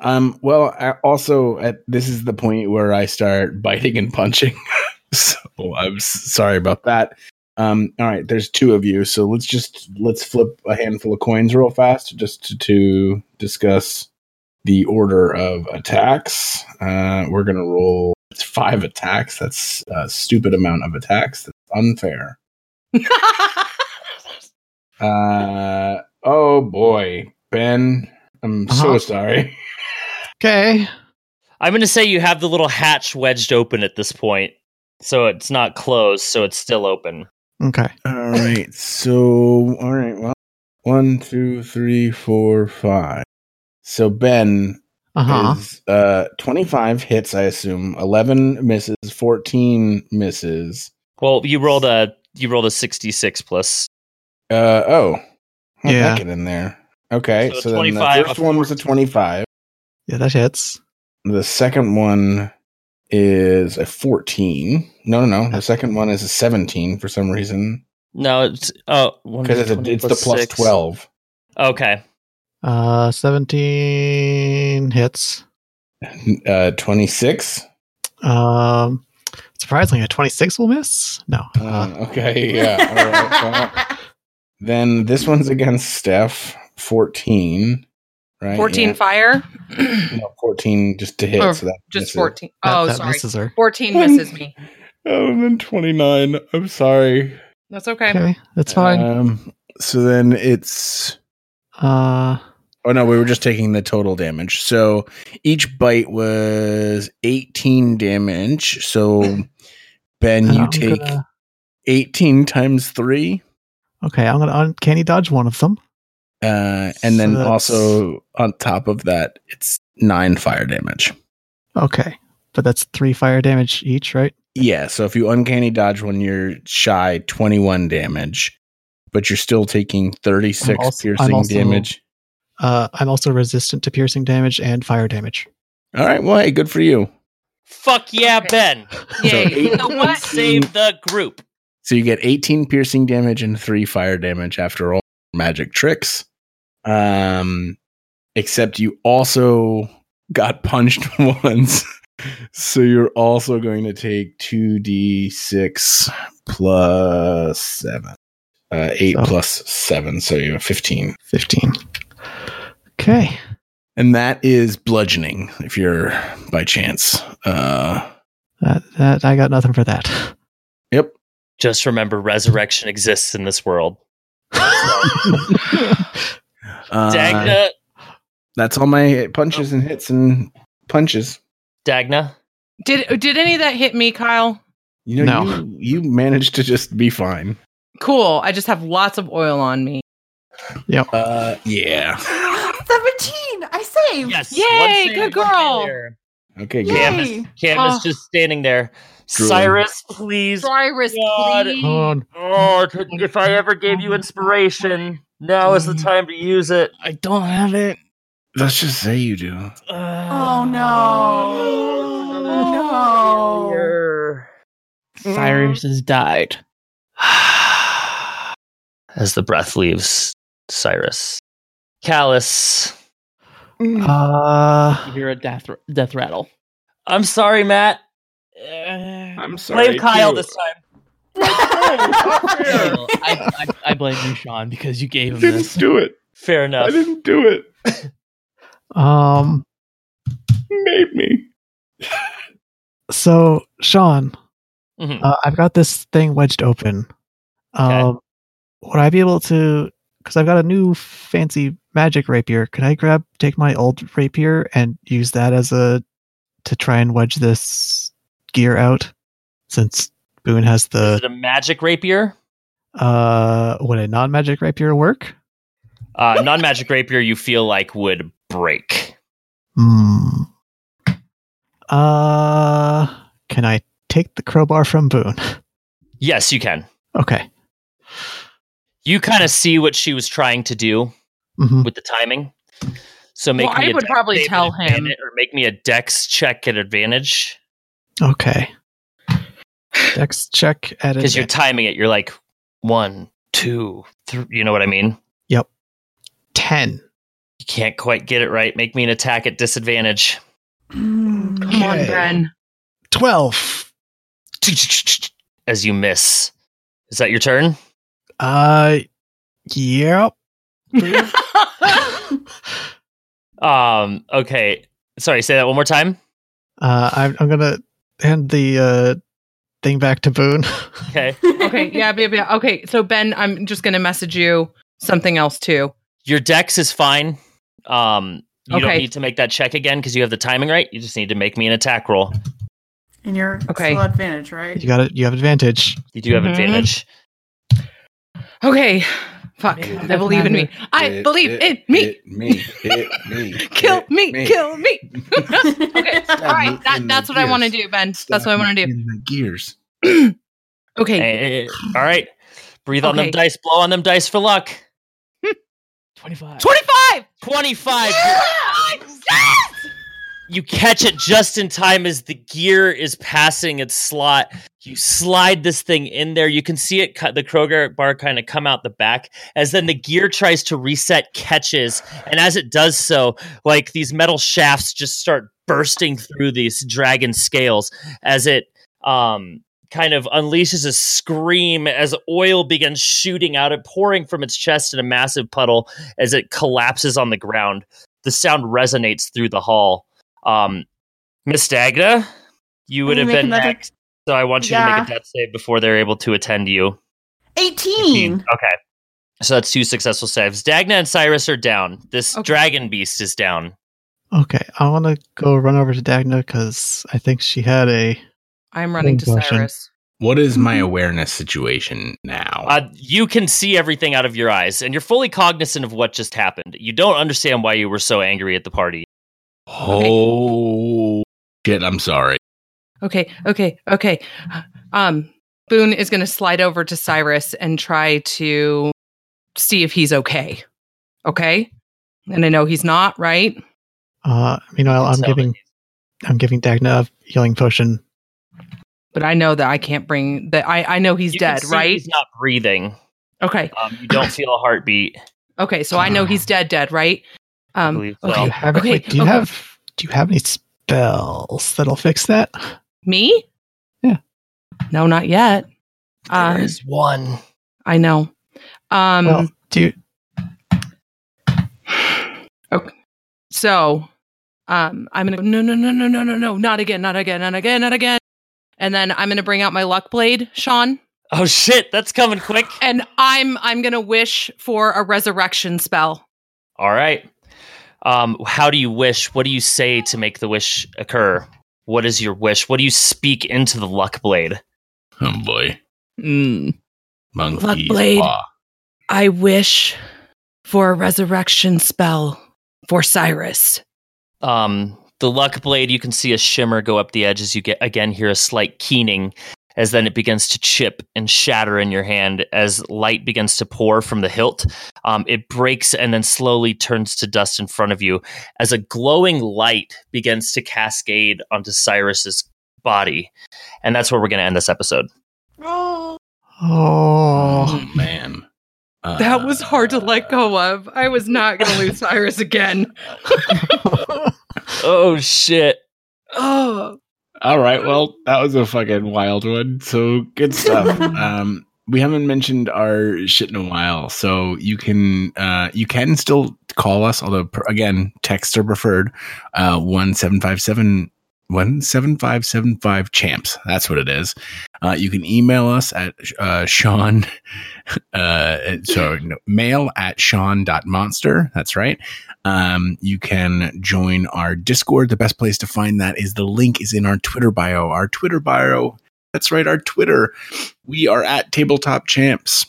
Um, well, I also, at, this is the point where I start biting and punching. *laughs* so I'm s- sorry about that. Um, all right, there's two of you, so let's just let's flip a handful of coins real fast just to, to discuss the order of attacks. Uh, we're gonna roll it's five attacks. That's a stupid amount of attacks. That's unfair. Uh, oh boy, Ben, I'm so
Uh-huh.
sorry. *laughs*
Okay.
I'm going to say you have the little hatch wedged open at this point. So it's not closed, so it's still open.
Okay.
All right. So, all right. Well, one, two, three, four, five. So Ben
Uh huh.
is uh, twenty-five hits, I assume. Eleven misses, fourteen misses.
Well, you rolled a you rolled a 66 plus.
Uh oh. How'd
Yeah.
that get in there? Okay.
So
So, then the
25,
first
a
one was a twenty-five.
Yeah, that hits.
The second one is a fourteen. No, no, no. The second one is a seventeen for some reason
No, it's oh, one
because it's, a,
20
it's the plus
six.
twelve.
Okay.
Uh, 17 hits.
Uh, twenty-six.
Um, surprisingly, a 26 will miss? No. Uh,
Uh, okay, yeah. all
*laughs*
right, well, then this one's against Steph, fourteen, right?
*laughs* Fourteen
Yeah. *clears throat*
fire.
No, fourteen just to hit.
Or
so that
Just
misses.
fourteen.
that,
Oh,
that
sorry.
misses her.
Fourteen misses me.
Oh, and then twenty-nine. I'm sorry.
That's okay.
Okay, that's fine.
Um, so then it's.
Uh,
Oh no, we were just taking the total damage. So each bite was eighteen damage. So Ben,
and
you
I'm
take
gonna-
eighteen times three.
okay, I'm gonna uncanny dodge one of them.
Uh, and then
So that's-
also on top of that, it's nine fire damage.
Okay, but that's three fire damage each, right?
Yeah, so if you uncanny dodge when you're shy, 21 damage, but you're still taking 36
I'm also- I'm
piercing
also-
damage.
Uh, I'm also resistant to piercing damage and fire damage.
All right, well, hey, good for you.
Fuck yeah,
Okay.
Ben.
Yay.
So
You know what?
Save the group.
So you get 18 piercing damage and 3 fire damage after all magic tricks. Um except you also got *laughs* punched once. So you're also going to take 2d6 plus 7. Uh 8
So-
plus 7, so you have 15.
15. Okay.
and that is bludgeoning if you're by chance uh
That, that I got nothing for that.
*laughs*
*laughs*
yep
Just remember resurrection exists in this world.
uh,
Dagna
that's all my punches and hits and punches
Dagna.
Did did any of that hit me, Kyle?
you know
No.
you, you managed to just be fine
Cool. I just have lots of oil on me.
uh yeah
17! I saved!
Yes.
Yay,
one save,
good
one
girl.
failure.
okay
Yay.
good.
*laughs*
Canvas, Canvas
Oh.
just standing there.
Drooling.
Cyrus, please.
Cyrus,
God.
please.
Oh,
Oh, I couldn't- if
Mm.
I ever gave you inspiration, now is the time to use it.
I don't have it.
Let's just say you do.
Oh, no.
Oh,
No.
Cyrus has died.
As the breath leaves Cyrus, Callus,
You
*sighs*
Mm.
Uh,
hear a death death rattle.
I'm sorry, Matt.
I'm sorry.
Blame Kyle
too.
this time.
I, I, I blame you, Sean, because you gave him
Didn't
this.
do it.
Fair enough.
I didn't do it.
um.
Made me.
So, Sean,
Mhm.
uh, I've got this thing wedged open. Um,
Okay.
Would I be able to? Because I've got a new fancy magic rapier. Can I grab, take my old rapier and use that as a to try and wedge this gear out? Since Boone has
Is
the
it a magic rapier?
uh, would a non-magic rapier work?
Uh, *laughs* non magic rapier, you feel like would break.
Hmm. Uh, can I take the crowbar from Boone? *laughs*
Yes, you can.
okay.
You kind of see what she was trying to do
hmm
with the timing. So make
Well,
me
I
a
would
dex
probably
save at
tell him.
advantage- or make me a dex check at advantage.
Okay. Dex check at
because you're
it.
timing it. You're like one, two, three. You know what I mean?
ten.
You can't quite get it right. Make me an attack at disadvantage. *laughs*
Mm.
Come on,
Okay.
Bren.
12.
As you miss, is that your turn?
Uh, yep. Uh,
Um. Okay. Sorry. Say that one more time.
Uh, I'm, I'm gonna hand the uh, thing back to Boone.
Okay.
*laughs* *laughs* okay,
*laughs*
yeah, yeah, yeah. Okay, so Ben, I'm just gonna message you something else too.
Your dex is fine. Um. You don't
Okay.
need to make that check again because you have the timing right. You just need to make me an attack roll.
And you're
Okay.
still advantage, right?
you got it. You have advantage.
You do have
Mhm.
advantage.
Okay, fuck.
It
I believe in me. I
It-
believe
it-
in me.
It, me. It, me.
*laughs* kill
it,
me,
*laughs*
Kill me. okay, all right. That,
in the
that's what I want to
gears.
do, Ben. That's what I want to do.
In the gears.
Okay.
Eh, eh, eh. All right. Breathe on them
Okay.
dice. Blow on them dice for luck.
Twenty five.
25!
Twenty-five.
Yes!
You catch it just in time as the gear is passing its slot. You slide this thing in there. You can see it cut the Kroger bar kind of come out the back as then the gear tries to reset catches. And as it does so, like these metal shafts just start bursting through these dragon scales as it um kind of unleashes a scream as oil begins shooting out it pouring from its chest in a massive puddle as it collapses on the ground. The sound resonates through the hall. Um, Miss Dagna, you would have
Can you make
been
another-
next, so I want you to
Yeah.
make a death save before they're able to attend you.
18.
Okay. So that's two successful saves. Dagna and Cyrus are down. This
Okay.
dragon beast is down.
Okay, I want to go run over to Dagna because I think she had a.
I'm running to
Question.
Cyrus.
What is
Mm-hmm.
my awareness situation now?
Uh, you can see everything out of your eyes, and you're fully cognizant of what just happened. You don't understand why you were so angry at the party.
oh shit! I'm sorry.
Okay, okay, okay. Um, Boone is going to slide over to Cyrus and try to see if he's okay. Okay? And I know he's not, right?
Uh, meanwhile, I'm
So-
giving I'm giving Dagna a healing potion.
But I know that I can't bring that. I, I know he's
You can
dead,
see
right?
He's not breathing.
Okay,
Um, you
*laughs*
don't feel a heartbeat.
okay. So I know he's dead, dead, right? Um,
believe so.
Do
okay.
you have
okay,
wait, Do you
okay.
have Do you have any spells that'll fix that?
Me?
Yeah.
No, not yet.
there
Um,
is one.
I know. Um,
well, do you,
So, um, I'm gonna go, no, no, no, no, no, no, no, not again, not again, not again, not again. And then I'm gonna bring out my luck blade, Sean,
Oh shit, that's coming quick.
and I'm I'm gonna wish for a resurrection spell.
All right. Um, how do you wish? What do you say to make the wish occur? What is your wish? What do you speak into the luck blade?
Oh boy,
Mm.
monkey
Luck blade.
paw.
I wish for a resurrection spell for Cyrus.
Um, the luck blade, you can see a shimmer go up the edge as you get again hear a slight keening as then it begins to chip and shatter in your hand as light begins to pour from the hilt. Um, it breaks and then slowly turns to dust in front of you as a glowing light begins to cascade onto Cyrus's body. And that's where we're going to end this episode.
Oh.
Oh,
Oh man, Uh,
That was hard to let go of. I was not going to *laughs* lose Cyrus again.
Oh, shit.
*laughs* Oh,
All right. Well, that was a fucking wild one. So good
*laughs*
stuff. um, we haven't mentioned our shit in a while, so you can uh, you can still call us. Although per, again, texts are preferred. Uh, One seven five seven one seven five seven five champs. That's what it is. Uh, you can email us at uh, Sean. *laughs* Uh, so no, mail at Sean.monster. That's right. Um, you can join our Discord. The best place to find that is the link is in our Twitter bio. Our Twitter bio. That's right, our Twitter. We are at Tabletop Champs.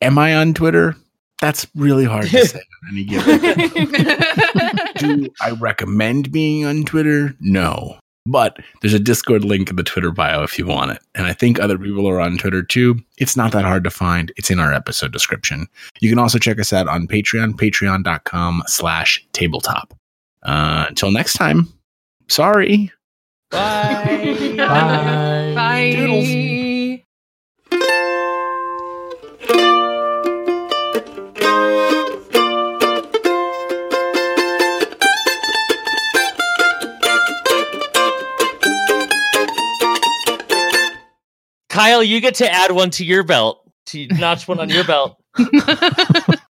Am I on Twitter? That's really hard to say on any given. Do I recommend being on Twitter? No. But there's a Discord link in the Twitter bio if you want it. And I think other people are on Twitter too. It's not that hard to find. It's in our episode description. You can also check us out on Patreon, patreon.com slash tabletop. Uh, until next time, sorry.
Bye.
Bye.
Bye.
Doodles.
*laughs*
Kyle, you get to add one to your belt, to notch one on your belt.